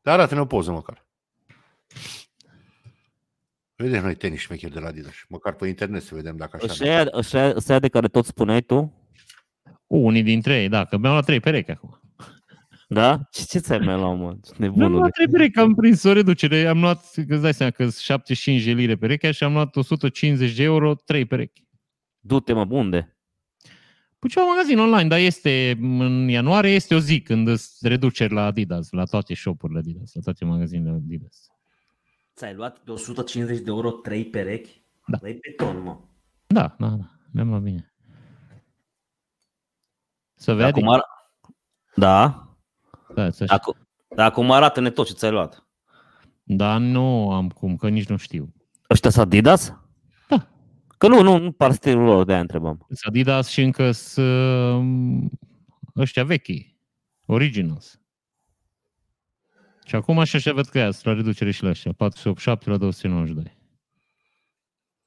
Speaker 2: Dar arată-ne o poză măcar. Vedem noi tenis șmecheri de la Adidas. Măcar pe internet să vedem dacă așa.
Speaker 3: Și aia, și aia, și aia de care tot spuneai tu,
Speaker 1: Unii dintre ei, da, că mi-am luat trei perechi acum.
Speaker 3: da? Ce, ce ți-ai mai luat, mă? Ce
Speaker 1: Mi-am
Speaker 3: Nebunule.
Speaker 1: luat trei perechi, că am prins o reducere. Am luat, că îți dai seama că sunt 75 de lire perechea și am luat 150 de euro, trei perechi.
Speaker 3: Du-te, mă, unde?
Speaker 1: Păi ceva magazin online, dar este în ianuarie, este o zi când îți reduceri la Adidas, la toate shopurile Adidas, la toate magazinele Adidas.
Speaker 7: Ți-ai luat de 150 de euro 3 perechi?
Speaker 1: Da.
Speaker 7: Dai beton, mă.
Speaker 1: Da, da, da. Ne-am luat bine. Să vede.
Speaker 3: Acum ar... Da,
Speaker 1: Da, să
Speaker 3: acum, dar acum arată-ne tot ce ți-ai luat.
Speaker 1: da, nu am cum, că nici nu știu.
Speaker 3: Ăștia sunt Adidas?
Speaker 1: Da.
Speaker 3: Că nu, nu, nu par stilul lor, de-aia întrebam.
Speaker 1: Sunt Adidas și încă sunt ăștia vechi, originals. Și acum așa și văd că ea la reducere și la ăștia, 487 la 292.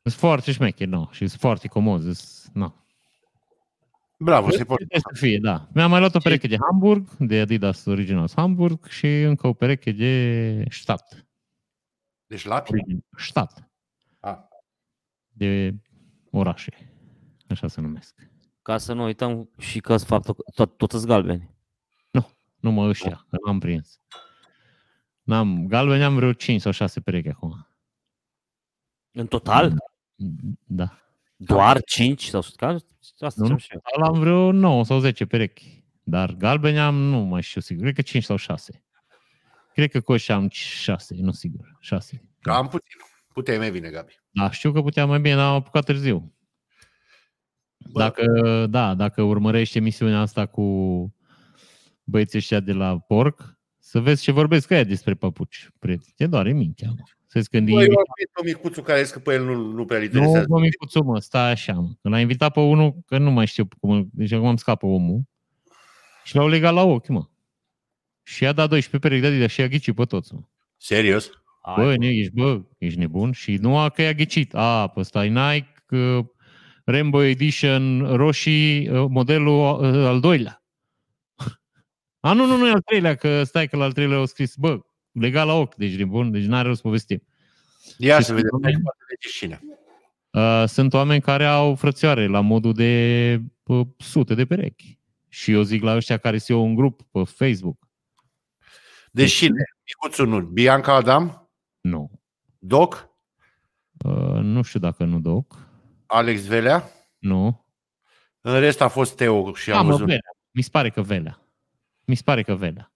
Speaker 1: Sunt foarte șmecheri, nu, și sunt foarte comozi, sunt, nu.
Speaker 2: Bravo, se poate.
Speaker 1: Trebuie să fie, da. Mi-am mai luat o pereche de Hamburg, de Adidas Originals Hamburg și încă o pereche de Stadt.
Speaker 2: Deci lapi?
Speaker 1: Păi- Stadt.
Speaker 2: Ah.
Speaker 1: De orașe. Așa se numesc.
Speaker 3: Ca să nu uităm și că sunt faptul că tot, tot sunt galbeni.
Speaker 1: Nu mă ăștia, că n-am prins. N-am, galbeni am vreo 5 sau 6 perechi acum.
Speaker 3: În total?
Speaker 1: Da.
Speaker 3: Doar 5? Sau ca, asta
Speaker 1: Nu, nu.
Speaker 3: nu, și eu.
Speaker 1: Al am vreo 9 sau 10 perechi. Dar galbeni am, nu mai știu sigur, cred că 5 sau 6. Cred că cu ăștia am 6, nu sigur, 6.
Speaker 2: Am puțin. Puteai mai bine, Gabi.
Speaker 1: Da, știu că puteam mai bine, dar am apucat târziu. Dacă, da, dacă urmărești emisiunea asta cu băieții ăștia de la Porc, să vezi ce vorbesc aia despre păpuci, prieteni. Te doare mintea, mă. Să zic când
Speaker 2: Bă, eu
Speaker 1: Băi,
Speaker 2: am prins pe micuțul care zice că pe el nu, nu prea-l
Speaker 1: nu,
Speaker 2: interesează.
Speaker 1: bă, micuțu, mă, stai așa, mă. Când l-a invitat pe unul, că nu mai știu cum, îl- deci acum îmi scapă omul, și l-au legat la ochi, mă. Și i-a dat 12 perechi de adidas și i-a ghicit pe toți, mă.
Speaker 2: Serios?
Speaker 1: Bă, nu, ești, bă, ești nebun și nu a că i-a ghicit. A, pe ăsta e Nike, uh, Rainbow Edition, roșii, uh, modelul uh, al doilea. [LAUGHS] A, nu, nu, nu e al treilea, că stai că la al treilea au scris, bă, legat la ochi, deci nebun, deci n-are rost să povestim.
Speaker 2: Ia
Speaker 1: Și
Speaker 2: să vedem.
Speaker 1: sunt-
Speaker 2: Aici poate de cine.
Speaker 1: Uh, sunt oameni care au frățioare la modul de uh, sute de perechi. Și eu zic la ăștia care se iau un grup pe Facebook.
Speaker 2: De cine?
Speaker 1: Deci-
Speaker 2: Micuțul Deci nu. Bianca Adam,
Speaker 1: Nu.
Speaker 2: Doc,
Speaker 1: Uh, nu știu dacă nu doc.
Speaker 2: Alex Velea.
Speaker 1: Nu.
Speaker 2: În rest a fost Teo și
Speaker 1: Da,
Speaker 2: am
Speaker 1: mă,
Speaker 2: văzut.
Speaker 1: Velea. Mi se pare că Velea. Mi se pare că Velea.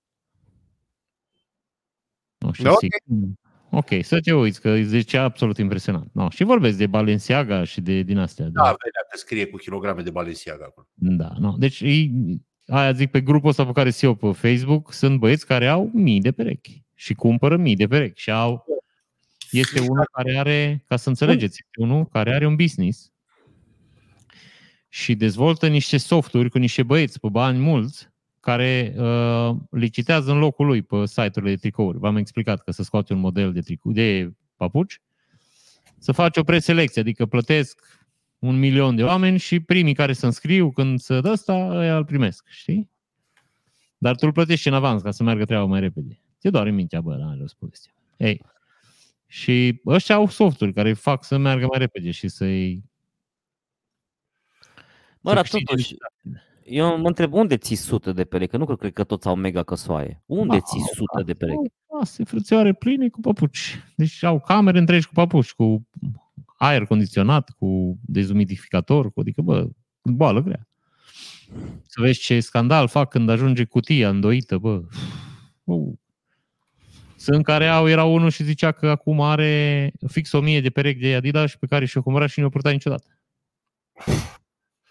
Speaker 1: Nu știu,
Speaker 2: Da, ok.
Speaker 1: sigur. Ok, să te uiți, că zice absolut impresionant. No, și vorbesc de Balenciaga și de din astea.
Speaker 2: Da, Velea că scrie cu kilograme de Balenciaga acolo.
Speaker 1: da no. Deci, ei, aia zic, pe grupul ăsta pe care sunt eu pe Facebook, sunt băieți care au mii de perechi și cumpără mii de perechi și au... Este unul care are, ca să înțelegeți, este unul care are un business și dezvoltă niște softuri cu niște băieți pe bani mulți care uh, licitează în locul lui pe site-urile de tricouri. V-am explicat că să scoate un model de, tricou, de papuci, să faci o preselecție, adică plătesc un milion de oameni și primii care se înscriu când se dă asta, ăia îl primesc, știi? Dar tu îl plătești în avans ca să meargă treaba mai repede. Ți-e doar în mintea, bă, la o poveste. Ei, și ăștia au softuri care îi fac să meargă mai repede și să-i...
Speaker 3: Mă, dar
Speaker 1: câștige
Speaker 3: totuși, eu mă întreb unde ții sute de perechi? Că nu cred, cred că toți au mega căsoaie. Unde
Speaker 1: Da,
Speaker 3: ții sute de perechi?
Speaker 1: Au case, frățioare pline cu papuci. Deci au camere întregi cu papuci, cu aer condiționat, cu dezumidificator, cu, adică, bă, boală grea. Să vezi ce scandal fac când ajunge cutia îndoită, bă. Uh. Sunt care au, era unul și zicea că acum are fix o mie de perechi de Adidas pe care și-o cumpăra și nu o purta niciodată.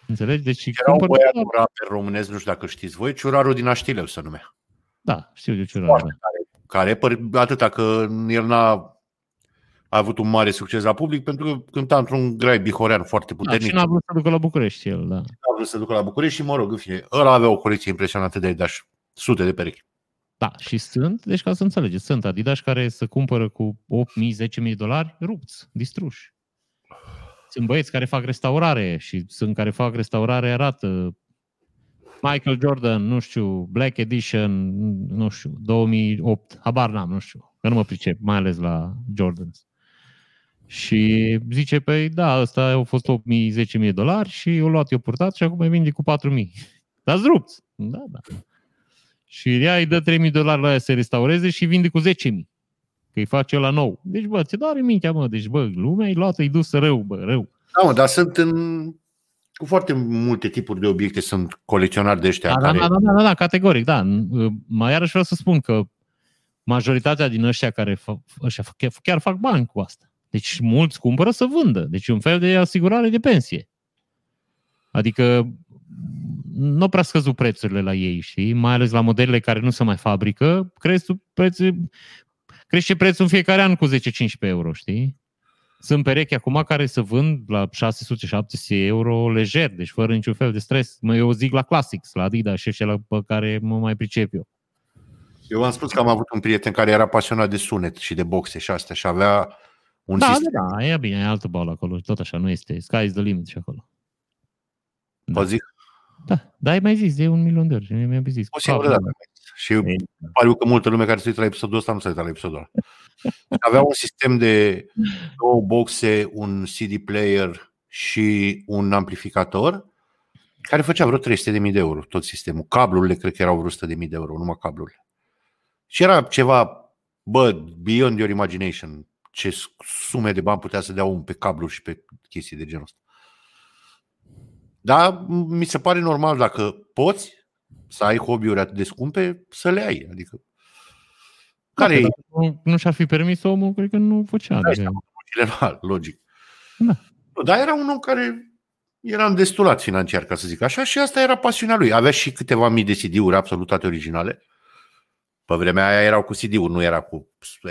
Speaker 1: Înțelegi? Deci
Speaker 2: Era un
Speaker 1: cumpără-
Speaker 2: băiat un rapper românesc, nu știu dacă știți voi, Ciuraru din Aștileu se numea.
Speaker 1: Da, știu de ce
Speaker 2: Foarte Care, păr- atâta că el n-a a avut un mare succes la public pentru că cânta într-un grai bihorean foarte
Speaker 1: Da, și
Speaker 2: puternic.
Speaker 1: n-a vrut să ducă la București el, da.
Speaker 2: a vrut să ducă la București și, mă rog, în fine, ăla avea o colecție impresionantă de Adidas, sute de perechi.
Speaker 1: Da, și sunt, deci ca să înțelegeți, sunt Adidas care să cumpără cu 8.000-10.000 de dolari rupți, distruși. Sunt băieți care fac restaurare și sunt care fac restaurare arată Michael Jordan, nu știu, Black Edition, nu știu, 2008, habar n-am, nu știu, că nu mă pricep, mai ales la Jordans. Și zice, păi da, ăsta au fost 8.000, 10.000 dolari și eu luat, eu purtat și acum îi vinde cu 4.000. Dar rupt. Da, da. Și ea îi dă 3.000 dolari la ea să restaureze și vinde cu 10.000. Că îi face la nou. Deci, bă, ți doare mintea, mă. Deci, bă, lumea i luat, îi dus rău, bă, rău.
Speaker 2: Da, mă, dar sunt în... Cu foarte multe tipuri de obiecte sunt colecționari de ăștia
Speaker 1: Da, da,
Speaker 2: care...
Speaker 1: da, da, da, da, da, categoric, da. N- Mai iarăși vreau să spun că majoritatea din ăștia care fă, ăștia fac- chiar- chiar fac bani cu asta. Deci mulți cumpără să vândă. Deci e un fel de asigurare de pensie. Adică nu au prea scăzut prețurile la ei, și mai ales la modelele care nu se mai fabrică, crește prețul, crește prețul în fiecare an cu 10-15 euro, știi? Sunt perechi acum care se vând la 600-700 euro lejer, deci fără niciun fel de stres. Mă, eu zic la Classics, la Adidas și ăștia la- pe care mă mai pricep eu.
Speaker 2: Eu v-am spus că am avut un prieten care era pasionat de sunet și de boxe și astea și avea un
Speaker 1: Da,
Speaker 2: sistem.
Speaker 1: da, da, e bine, e altă bală acolo, tot așa, nu este. Sky is the limit și acolo.
Speaker 2: Vă zic,
Speaker 1: Da, da, ai mai zis, de un milion de ori, mi-am mai zis.
Speaker 2: o singură dată. Și
Speaker 1: da.
Speaker 2: pariu că multă lume care se uită la episodul ăsta nu se uită la episodul ăla. Avea un sistem de două boxe, un CD player și un amplificator care făcea vreo 300.000 de euro tot sistemul. Cablurile cred că erau vreo 100.000 de euro, numai cablurile. Și era ceva, bă, beyond your imagination, ce sume de bani putea să dea omul pe cabluri și pe chestii de genul ăsta. Dar mi se pare normal dacă poți să ai hobby-uri atât de scumpe, să le ai. Adică,
Speaker 1: Da,
Speaker 2: care e
Speaker 1: Nu, nu și-ar fi permis omul, cred că nu făcea.
Speaker 2: Da,
Speaker 1: Adică,
Speaker 2: cineva, [LAUGHS] logic.
Speaker 1: Da.
Speaker 2: Nu, Dar era un om care era îndestulat financiar, ca să zic așa, și asta era pasiunea lui. Avea și câteva mii de CD-uri absolut toate originale. Pe vremea aia erau cu CD-uri, nu era cu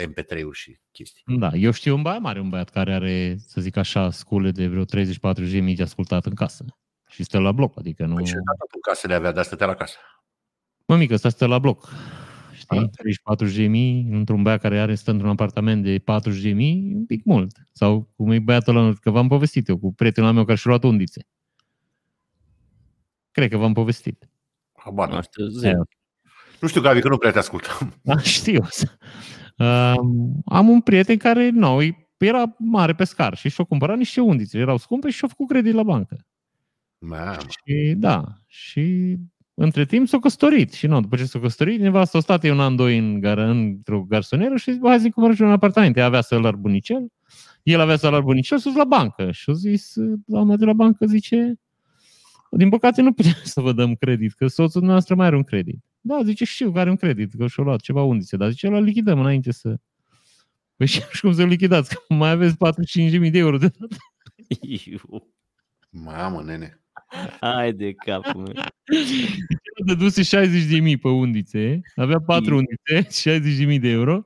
Speaker 2: MP3-uri și chestii.
Speaker 1: da, eu știu un băiat mare, un băiat care are, să zic așa, scule de vreo 30-40 de mii de ascultat în casă. Și stă la bloc, adică nu...
Speaker 2: Păi și tata în casă le avea, dar stătea la casă.
Speaker 1: Mă mică, asta stă la bloc.
Speaker 2: Ah.
Speaker 1: Știi? 30-40 de mii, într-un băiat care are stă într-un apartament de 40 de mii, un pic mult. Sau cum e băiatul ăla, că v-am povestit eu, cu prietenul meu care și-a luat undițe. Cred că v-am povestit.
Speaker 2: Habar.
Speaker 3: Nu
Speaker 2: n-am.
Speaker 3: știu, zero.
Speaker 2: Nu știu, Gabi, că nu prea te ascultăm.
Speaker 1: Da, [LAUGHS] știu. Um, am un prieten care, nu, e- era mare pescar și și-a cumpărat niște undițe. Erau scumpe și și-a făcut credit la bancă.
Speaker 2: Mamă.
Speaker 1: Și da, și între timp s-a căsătorit și nu, după ce s-a căsătorit, nevastă a stat eu un an, doi în gar- într-o garsonieră și zic, bă, hai zic, cumpăr și eu un apartament. Ea avea salar bunicel, el avea salar bunicel, sus la bancă. Și a zis, doamna de la bancă zice, din păcate nu putem [LAUGHS] să vă dăm credit, că soțul noastră mai are un credit. Da, zice, știu că are un credit, că și-a luat ceva undițe, dar zice, la lichidăm înainte să... Păi [LAUGHS] și cum să-l lichidați, că mai aveți 45.000 de euro de
Speaker 3: [LAUGHS] Iu,
Speaker 2: Mamă, nene.
Speaker 3: Hai de capul meu.
Speaker 1: El dăduse 60 de mii pe undițe, avea 4 undițe, [LAUGHS] 60 de mii de euro.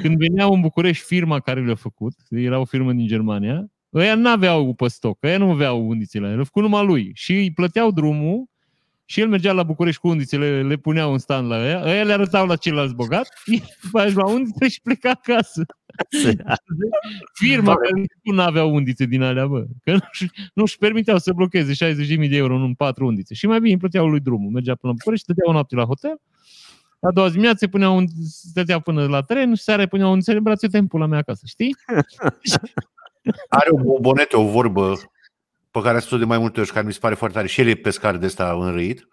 Speaker 1: Când veneau în București firma care le-a făcut, era o firmă din Germania, ăia n-aveau pe stoc, ăia nu aveau undițele, le-a făcut numai lui. Și îi plăteau drumul și el mergea la București cu undițele, le puneau în stand la ăia, ăia le arătau la ceilalți [LAUGHS] bogat, după aia își lua undițe și pleca acasă. Firma care nu avea undițe din alea, bă. Că nu-și, nu-și permiteau să blocheze 60.000 de euro în patru undițe. Și mai bine îi plăteau lui drumul. Mergea până la București, stătea o noapte la hotel, a doua zi dimineață se punea un, stătea până la tren și seara îi punea un în brațe, timpul la mea acasă, știi?
Speaker 2: Are o bobonete, o vorbă pe care a spus-o de mai multe ori și care mi se pare foarte tare. Și el e pescar de ăsta înrăit.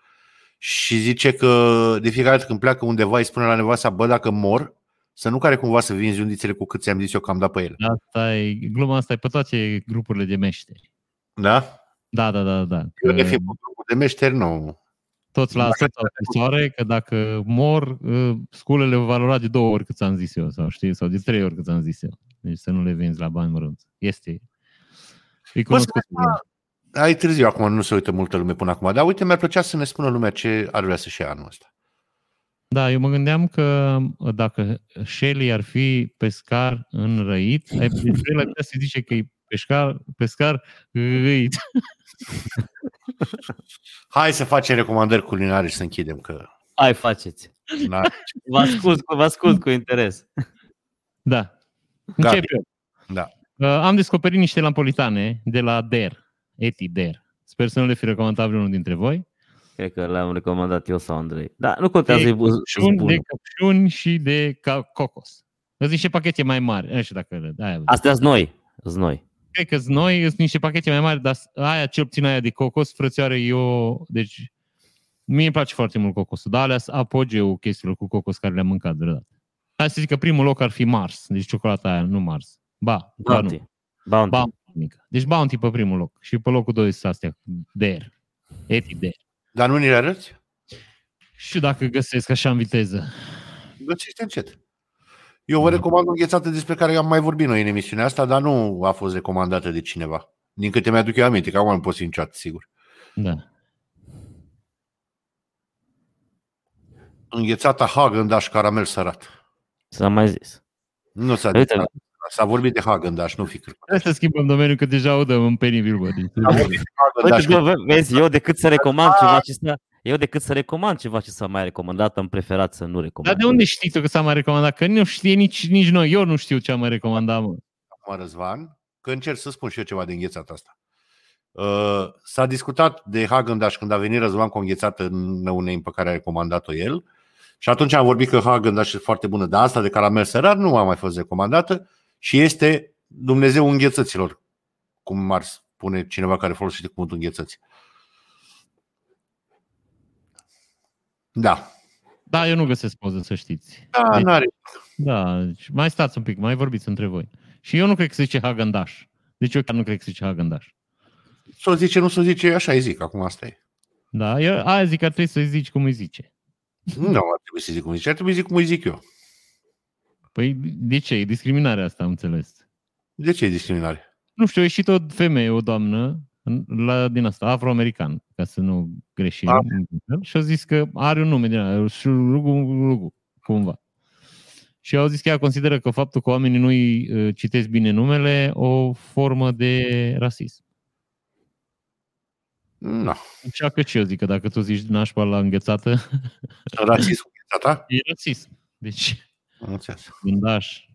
Speaker 2: Și zice că de fiecare dată când pleacă undeva îi spune la nevasta, bă, dacă mor, să nu care cumva să vinzi undițele cu cât ți-am zis eu că am dat pe ele.
Speaker 1: Asta e, gluma asta e pe toate grupurile de meșteri.
Speaker 2: Da?
Speaker 1: Da, da, da, da.
Speaker 2: Eu
Speaker 1: Că
Speaker 2: ne fi un grup de meșteri, nu.
Speaker 1: Toți la asta sau scrisoare că dacă mor, ă, sculele o valora de două ori cât ți-am zis eu, sau știi, sau de trei ori cât ți-am zis eu. Deci să nu le vinzi la bani mărunți. Este. Îi cunosc
Speaker 2: să vezi, mă, Ai târziu acum, nu se uită multă lume până acum, dar uite, mi-ar plăcea să ne spună lumea ce ar vrea să-și ia anul ăsta.
Speaker 1: Da, eu mă gândeam că dacă Shelley ar fi pescar înrăit, ai el ar putea să zice că e pescar, pescar răit. [LAUGHS]
Speaker 2: Hai să facem recomandări culinare și să închidem, că
Speaker 3: Hai faceți.
Speaker 2: na,
Speaker 3: Vă ascult, cu- vă ascult cu interes.
Speaker 1: Da.
Speaker 2: Gabi.
Speaker 1: Încep eu.
Speaker 2: Da.
Speaker 1: Uh, am descoperit niște lampolitane de la DER, Eti DER. Sper să nu le fi recomandat vreunul dintre voi.
Speaker 3: Cred că l-am recomandat eu sau Andrei. Da, nu contează,
Speaker 1: De
Speaker 3: e bun.
Speaker 1: Și un de căpșuni și de ca- cocos. Sunt niște pachete mai mari. Nu știu dacă... Da,
Speaker 3: Astea sunt noi. Znoi.
Speaker 1: Cred că noi sunt niște pachete mai mari, dar aia, cel puțin aia de cocos, frățioare, eu... Deci, mie îmi place foarte mult cocosul, dar alea sunt apogeul chestiilor cu cocos care le-am mâncat vreodată. Hai să zic că primul loc ar fi Mars, deci ciocolata aia, nu Mars. Ba, ba Da, nu.
Speaker 3: Bounty. Bounty.
Speaker 1: Ba- mică. Deci Bounty pe primul loc și pe locul 2 sunt astea, Dare, Eti Dare.
Speaker 2: Dar nu ni le arăți?
Speaker 1: Și dacă găsesc așa în viteză.
Speaker 2: Găsește încet. Eu vă recomand o înghețată despre care am mai vorbit noi în emisiunea asta, dar nu a fost recomandată de cineva. Din câte mi-aduc eu aminte, că acum nu pot fi niciodată, sigur.
Speaker 1: Da.
Speaker 2: Înghețata Hagendash caramel sărat.
Speaker 3: S-a mai zis.
Speaker 2: Nu s-a,
Speaker 3: Uite.
Speaker 2: Uite. s-a vorbit de Hagendash, nu fi crânt.
Speaker 1: Trebuie să schimbăm domeniul, că deja udăm în penibil, bă. da, din-
Speaker 2: S-a vorbit de
Speaker 3: Uite,
Speaker 2: Häagen-Dazs.
Speaker 3: bă, ve- vezi, eu decât să
Speaker 1: Ah!
Speaker 3: recomand ceva ce s-a, eu decât să recomand ceva ce s-a mai recomandat, am preferat să nu
Speaker 1: Dar
Speaker 3: recomand.
Speaker 1: de unde știi tu că s-a mai recomandat? Că nu știe nici, nici noi. Eu nu știu ce am mai recomandat, mă.
Speaker 2: acum, Răzvan, că încerc să spun și eu ceva de înghețata asta. Uh, S-a discutat de Hagendash când a venit Răzvan cu o înghețată în pe care a recomandat-o el și atunci am vorbit că Hagendash e foarte bună, dar asta de caramel sărat nu a mai fost recomandată și este Dumnezeu înghețăților, cum ar spune cineva care folosește cuvântul înghețăți. Da,
Speaker 1: Da, eu nu găsesc poză, să știți.
Speaker 2: da
Speaker 1: Deci-
Speaker 2: n-are.
Speaker 1: Da, deci mai stați un pic, mai vorbiți între voi. Și eu nu cred că se zice Hagandash. Deci eu chiar nu cred că se zice Hagandash.
Speaker 2: S-o zice, nu s-o zice, așa îi zic, acum asta e.
Speaker 1: Da, eu aia zic că ar trebui să zici cum îi zice.
Speaker 2: Nu ar trebui să zic cum zice, ar trebui să zic cum îi zic eu.
Speaker 1: Păi de ce? E discriminarea asta, am înțeles.
Speaker 2: De ce e discriminare?
Speaker 1: Nu știu, a ieșit o femeie, o doamnă, în- la, din asta, afroamerican, ca să nu greșim.
Speaker 2: Ah.
Speaker 1: Și au zis că are un nume din ăla, Rugu Rugu, cumva. Și au zis că ea consideră că faptul că oamenii nu-i uh, citesc bine numele o formă de rasism.
Speaker 2: Nu.
Speaker 1: Așa că și eu zic că dacă tu zici nașpa la înghețată,
Speaker 2: Rasism cu ta?
Speaker 1: e rasism. Deci,
Speaker 2: Am înțeles.
Speaker 1: gândaș.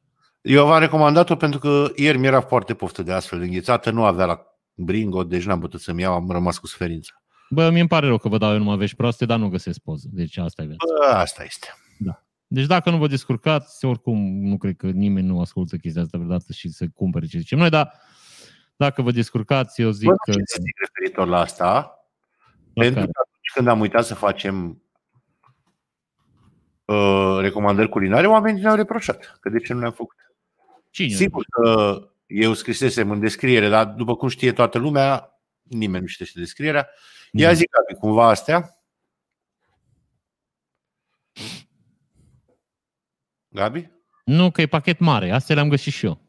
Speaker 2: Eu v-am recomandat-o pentru că ieri mi-era foarte poftă de astfel de înghețată, nu avea la bringo, deci n-am putut să-mi iau, am rămas cu suferința.
Speaker 1: Bă, mi-e pare rău că vă dau eu numai vești proaste, dar nu găsesc poză. Deci asta e viața.
Speaker 2: Bă, asta este.
Speaker 1: Deci dacă nu vă descurcați, oricum nu cred că nimeni nu ascultă chestia asta vreodată și să cumpere ce zicem noi, dar dacă vă descurcați, eu zic
Speaker 2: Bă,
Speaker 1: că...
Speaker 2: ce să zic referitor la asta?
Speaker 1: la
Speaker 2: Pentru
Speaker 1: care.
Speaker 2: că atunci când am uitat să facem uh, recomandări culinare, oamenii ne-au reproșat că de ce nu le-am făcut.
Speaker 1: Cine?
Speaker 2: Sigur că eu scrisesem în descriere, dar după cum știe toată lumea, nimeni nu știe descrierea. Ia
Speaker 1: Mhm.
Speaker 2: zic, Gabi, cumva astea. Gabi?
Speaker 1: Nu, că e pachet mare. Asta le-am găsit și eu.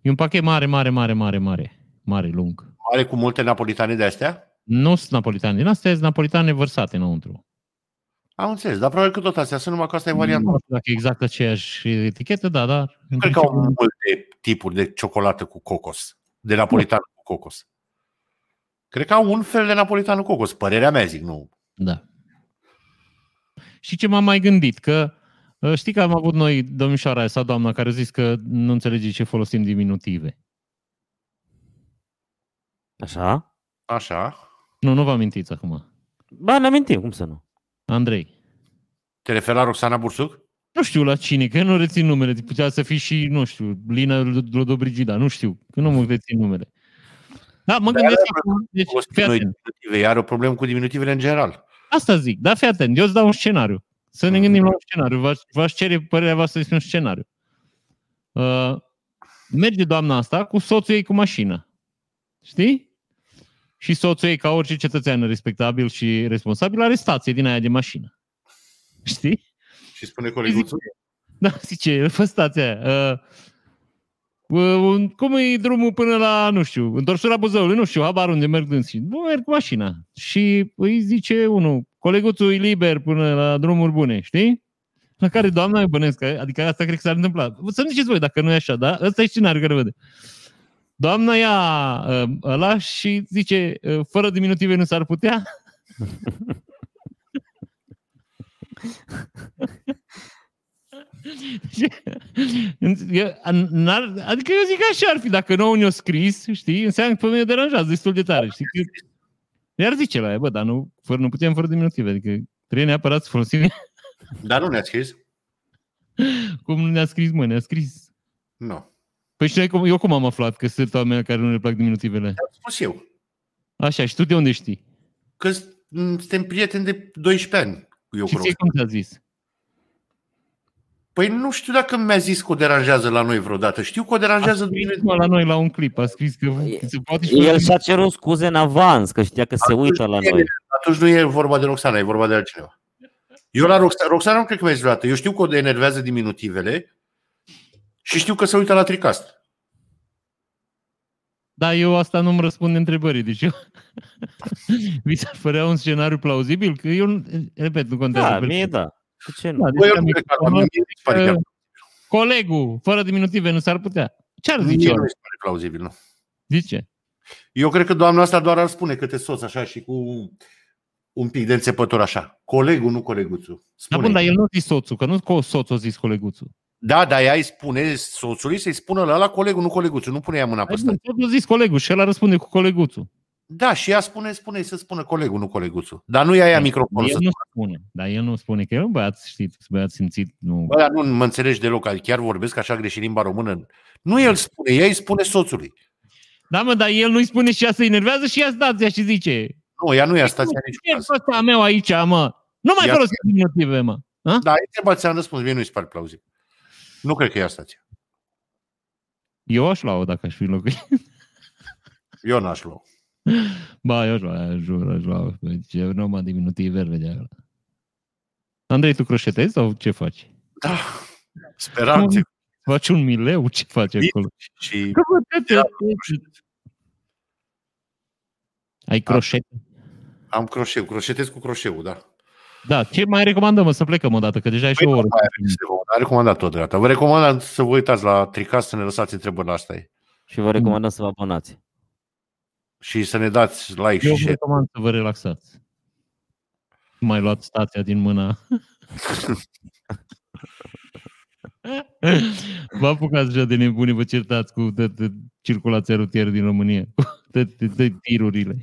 Speaker 1: E un pachet mare, mare, mare, mare, mare. Mare, lung.
Speaker 2: Are cu multe napolitane de astea?
Speaker 1: Nu sunt napolitane. Din astea sunt napolitane vărsate înăuntru.
Speaker 2: Am înțeles, dar probabil că tot astea sunt, numai că asta e varianta.
Speaker 1: Nu știu dacă e exact aceeași etichetă, da, dar... în
Speaker 2: Cred că
Speaker 1: principiu-
Speaker 2: au multe tipuri de ciocolată cu cocos, de napolitan cu cocos. Cred că au un fel de napolitan cu cocos, părerea mea zic, nu.
Speaker 1: Da. Și ce m-am mai gândit? Că ă, știi că am avut noi domnișoara aia sau doamna care a zis că nu înțelege ce folosim diminutive.
Speaker 3: Așa?
Speaker 2: Așa.
Speaker 1: Nu, nu vă amintiți acum.
Speaker 3: Ba, ne amintim, cum să nu?
Speaker 1: Andrei.
Speaker 2: Te referi la Roxana Bursuc?
Speaker 1: Nu știu la cine, că nu rețin numele. Putea să fi și, nu știu, Lina Lodobrigida, nu știu, că nu mă rețin numele. Da, mă gândesc acum, deci, fii
Speaker 2: folosim noi
Speaker 1: atent.
Speaker 2: diminutive, iar o problemă cu diminutivele în general.
Speaker 1: Asta zic, da, fii atent, eu îți dau un scenariu. Să ne gândim la un scenariu, v-aș, v-aș cere părerea voastră despre un scenariu. Uh, merge doamna asta cu soțul ei cu mașină. Știi? Și soțul ei, ca orice cetățean respectabil și responsabil, are stație din aia de mașină. Știi?
Speaker 2: Și spune colegul
Speaker 1: Fizic. Da, [LAUGHS] zice, fă stația aia. Uh, uh, un- cum e drumul până la, nu știu, întorsura Buzăului, nu știu, habar unde merg dânsii. Bă, merg cu mașina. Și îi zice unul, coleguțul e liber până la drumuri bune, știi? La care doamna, eu bănesc, că- adică asta cred că s-ar întâmpla. Să nu ziceți voi dacă nu e așa, da? Ăsta e scenariul care vede. Doamna ia uh, ăla și zice, uh, fără diminutive nu s-ar putea? Eu- n-ar, adică eu zic că așa ar fi, dacă nouă ne-o scris, știi, înseamnă că pe mine deranjează destul de tare, știi, că iar zice la ea, bă, dar nu, fără, nu putem fără diminutive, adică trebuie neapărat să folosim [LAUGHS]
Speaker 2: Dar nu ne-a scris?
Speaker 1: cum ne-a scris, mă, ne-a scris.
Speaker 2: Nu.
Speaker 1: Păi și noi cum- eu cum am aflat că sunt oameni care nu le plac diminutivele?
Speaker 2: Am spus eu.
Speaker 1: Așa, și tu de unde știi?
Speaker 2: Că s- m, suntem prieteni de 12 ani, eu
Speaker 1: și
Speaker 2: cred.
Speaker 1: ție cum ți-a zis?
Speaker 2: Păi nu știu dacă mi-a zis că o deranjează la noi vreodată. Știu că o deranjează Păi,
Speaker 1: Scris
Speaker 2: dumine-
Speaker 1: mă la noi la un clip, a scris că că se poate și
Speaker 3: El și-a cerut scuze în avans, că știa că se uită la noi.
Speaker 2: Atunci nu e vorba de Roxana, e vorba de altcineva. Eu la Roxana, Roxana nu cred că mi-a zis vreodată. Eu știu că o enervează diminutivele și știu că se uită la tricast.
Speaker 1: Deci Da, eu asta nu-mi răspund întrebării, deci eu... [LAUGHS] Vi s-ar părea un scenariu plauzibil? Că eu, nu- repet, nu contează.
Speaker 3: Da,
Speaker 1: pentru-
Speaker 3: mie da. De ce nu?
Speaker 1: Da,
Speaker 2: Bă,
Speaker 1: deci
Speaker 2: eu
Speaker 1: am uh,
Speaker 2: nu cred că la mine mi se pare
Speaker 1: că
Speaker 2: chiar-
Speaker 1: colegul, fără diminutive, nu s-ar putea. Ce ar
Speaker 2: mie nu mi se
Speaker 1: zice? ăla?
Speaker 2: pare plauzibil. Nu.
Speaker 1: Zice.
Speaker 2: Eu cred că doamna asta doar ar spune câte soț așa și cu un pic de înțepător așa. Colegul, nu coleguțul.
Speaker 1: Da,
Speaker 2: Spune.
Speaker 1: bun, dar el nu a zis soțul, că nu cu soțul a zis coleguțul.
Speaker 2: da, dar ea îi spune soțului să-i spună la ăla colegul, nu coleguțul. Nu pune ea mâna
Speaker 1: Hai,
Speaker 2: pe ăsta.
Speaker 1: bun, Soțul a zis colegul și el răspunde cu coleguțul.
Speaker 2: Da, și ea spune, spune să spună colegul, nu coleguțul. Dar nu ia ea microfonul
Speaker 1: El
Speaker 2: să
Speaker 1: nu spune, dar el nu spune că el e un băiat, știți, băiat simțit, nu...
Speaker 2: Bă, dar nu mă înțelegi deloc, adică chiar vorbesc așa greșit limba română. Nu el spune, ea îi spune soțului.
Speaker 1: Da, mă, dar el nu-i spune și ea se enervează și ea stația și zice Păi,
Speaker 2: Nu, ea nu e asta, ți-a
Speaker 1: Ce
Speaker 2: niciun caz.
Speaker 1: ăsta a meu aici, mă? Nu mai
Speaker 2: Ia-
Speaker 1: folosesc diminutive, mă.
Speaker 2: Da, ai întrebat, ți-am răspuns, mie nu-i se pare plauzibil. Nu cred că e asta. ți-a.
Speaker 1: Eu aș lua dacă aș fi în locul ei.
Speaker 2: Eu n-aș lua.
Speaker 1: Ba, eu aș lua, jur, aș lua. Deci, eu nu am diminutive, vedea. Andrei, tu croșetezi sau ce faci?
Speaker 2: Da. Speranțe.
Speaker 1: Faci un mileu? Ce faci
Speaker 2: Bine.
Speaker 1: acolo?
Speaker 2: Și
Speaker 1: Că bă, tete,
Speaker 2: Da,
Speaker 1: Ai croșet?
Speaker 2: am croșeu, croșetez cu croșeul, da.
Speaker 1: Da, ce mai recomandăm? mă, Să plecăm o dată, că deja e și
Speaker 2: Păi
Speaker 1: o
Speaker 2: nu
Speaker 1: oră.
Speaker 2: mai are ce să vă- dar recomandat tot, gata. Vă recomand să vă uitați la Tricast, să ne lăsați întrebări la asta. e.
Speaker 3: Și vă recomandăm să vă abonați.
Speaker 2: Și să ne dați like
Speaker 1: Eu
Speaker 2: și
Speaker 1: vă
Speaker 2: share.
Speaker 1: recomand să vă relaxați. Nu Mai luați stația din mâna. Vă apucați deja de nebuni, vă certați cu toată circulația rutieră din România, cu toate toate tirurile.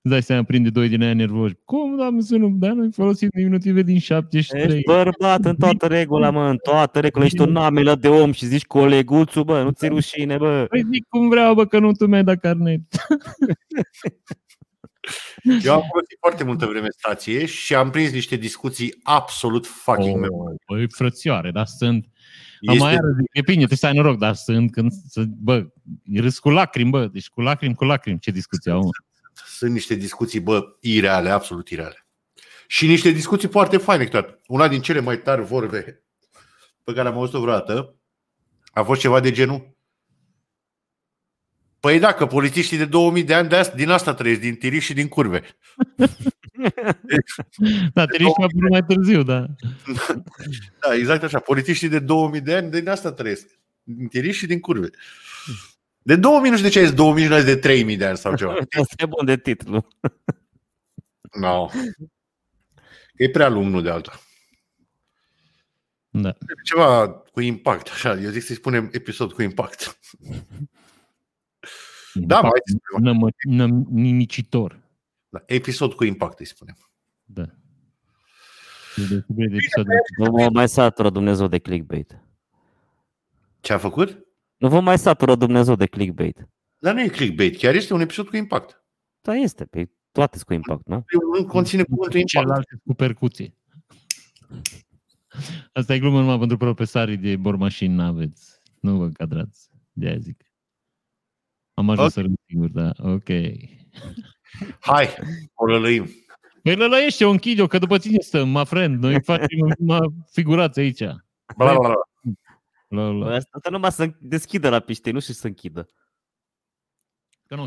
Speaker 1: Îți dai seama, prinde doi din aia nervoși. Cum, da, mă, să nu, dar noi folosim diminutive din 73.
Speaker 3: Ești bărbat în toată regula, mă, în toată regula. Ești un namelă de om și zici coleguțu, bă, nu ți rușine, bă.
Speaker 1: Păi zic cum vreau, bă, că nu tu mi-ai dat carnet.
Speaker 2: Eu am folosit foarte multă vreme stație și am prins niște discuții absolut fucking oh.
Speaker 1: Băi, frățioare, dar sunt Am
Speaker 2: Este
Speaker 1: mai are, zic, e bine, trebuie să ai noroc, dar sunt când, să, bă, râs cu lacrimi, bă, deci cu lacrimi, cu lacrimi, ce discuție au, mă.
Speaker 2: sunt niște discuții, bă, ireale, absolut ireale. Și niște discuții foarte faine câteodată. Una din cele mai tari vorbe pe care am auzit-o vreodată a fost ceva de genul Păi da, că polițiștii de 2000 de ani de asta, din asta trăiesc, din tiri și din curve.
Speaker 1: Da, te riști mai până mai târziu, da.
Speaker 2: Da, exact așa. Polițiștii de 2000 de ani din asta trăiesc. Din tiri și din curve. De 2000 nu știu de ce ai zis 2000 și nu ai zis de 3000 de ani sau ceva.
Speaker 3: Asta e bun de titlu.
Speaker 2: No. Că e prea lung, nu de alta.
Speaker 1: Da.
Speaker 2: Ceva cu impact, așa. Eu zic să-i spunem episod cu impact. Da, mai
Speaker 1: Nămă, nă, nimicitor.
Speaker 2: da, episod cu impact îi spunem.
Speaker 1: Da. E de subiect de episod.
Speaker 3: Nu vă mai satură Dumnezeu de clickbait.
Speaker 2: Ce a făcut?
Speaker 3: Nu vă mai satură Dumnezeu de clickbait.
Speaker 2: Dar nu e clickbait, chiar este un episod cu impact.
Speaker 3: Da, este, pe toate sunt cu impact, nu?
Speaker 2: Nu conține cuvântul impact.
Speaker 1: Celălalt cu percuție. Asta e glumă numai pentru profesarii de bormașini, n-aveți. Nu vă încadrați, de aia zic. Am ajuns să râd singur, da, ok.
Speaker 2: Hai, o lălăim.
Speaker 1: Păi lălăiește un chidio, că după tine stăm, ma friend, noi facem ma figurați aici.
Speaker 2: Bla, bla, bla.
Speaker 1: La, la.
Speaker 3: Asta numai să deschidă la piște, nu și să închidă.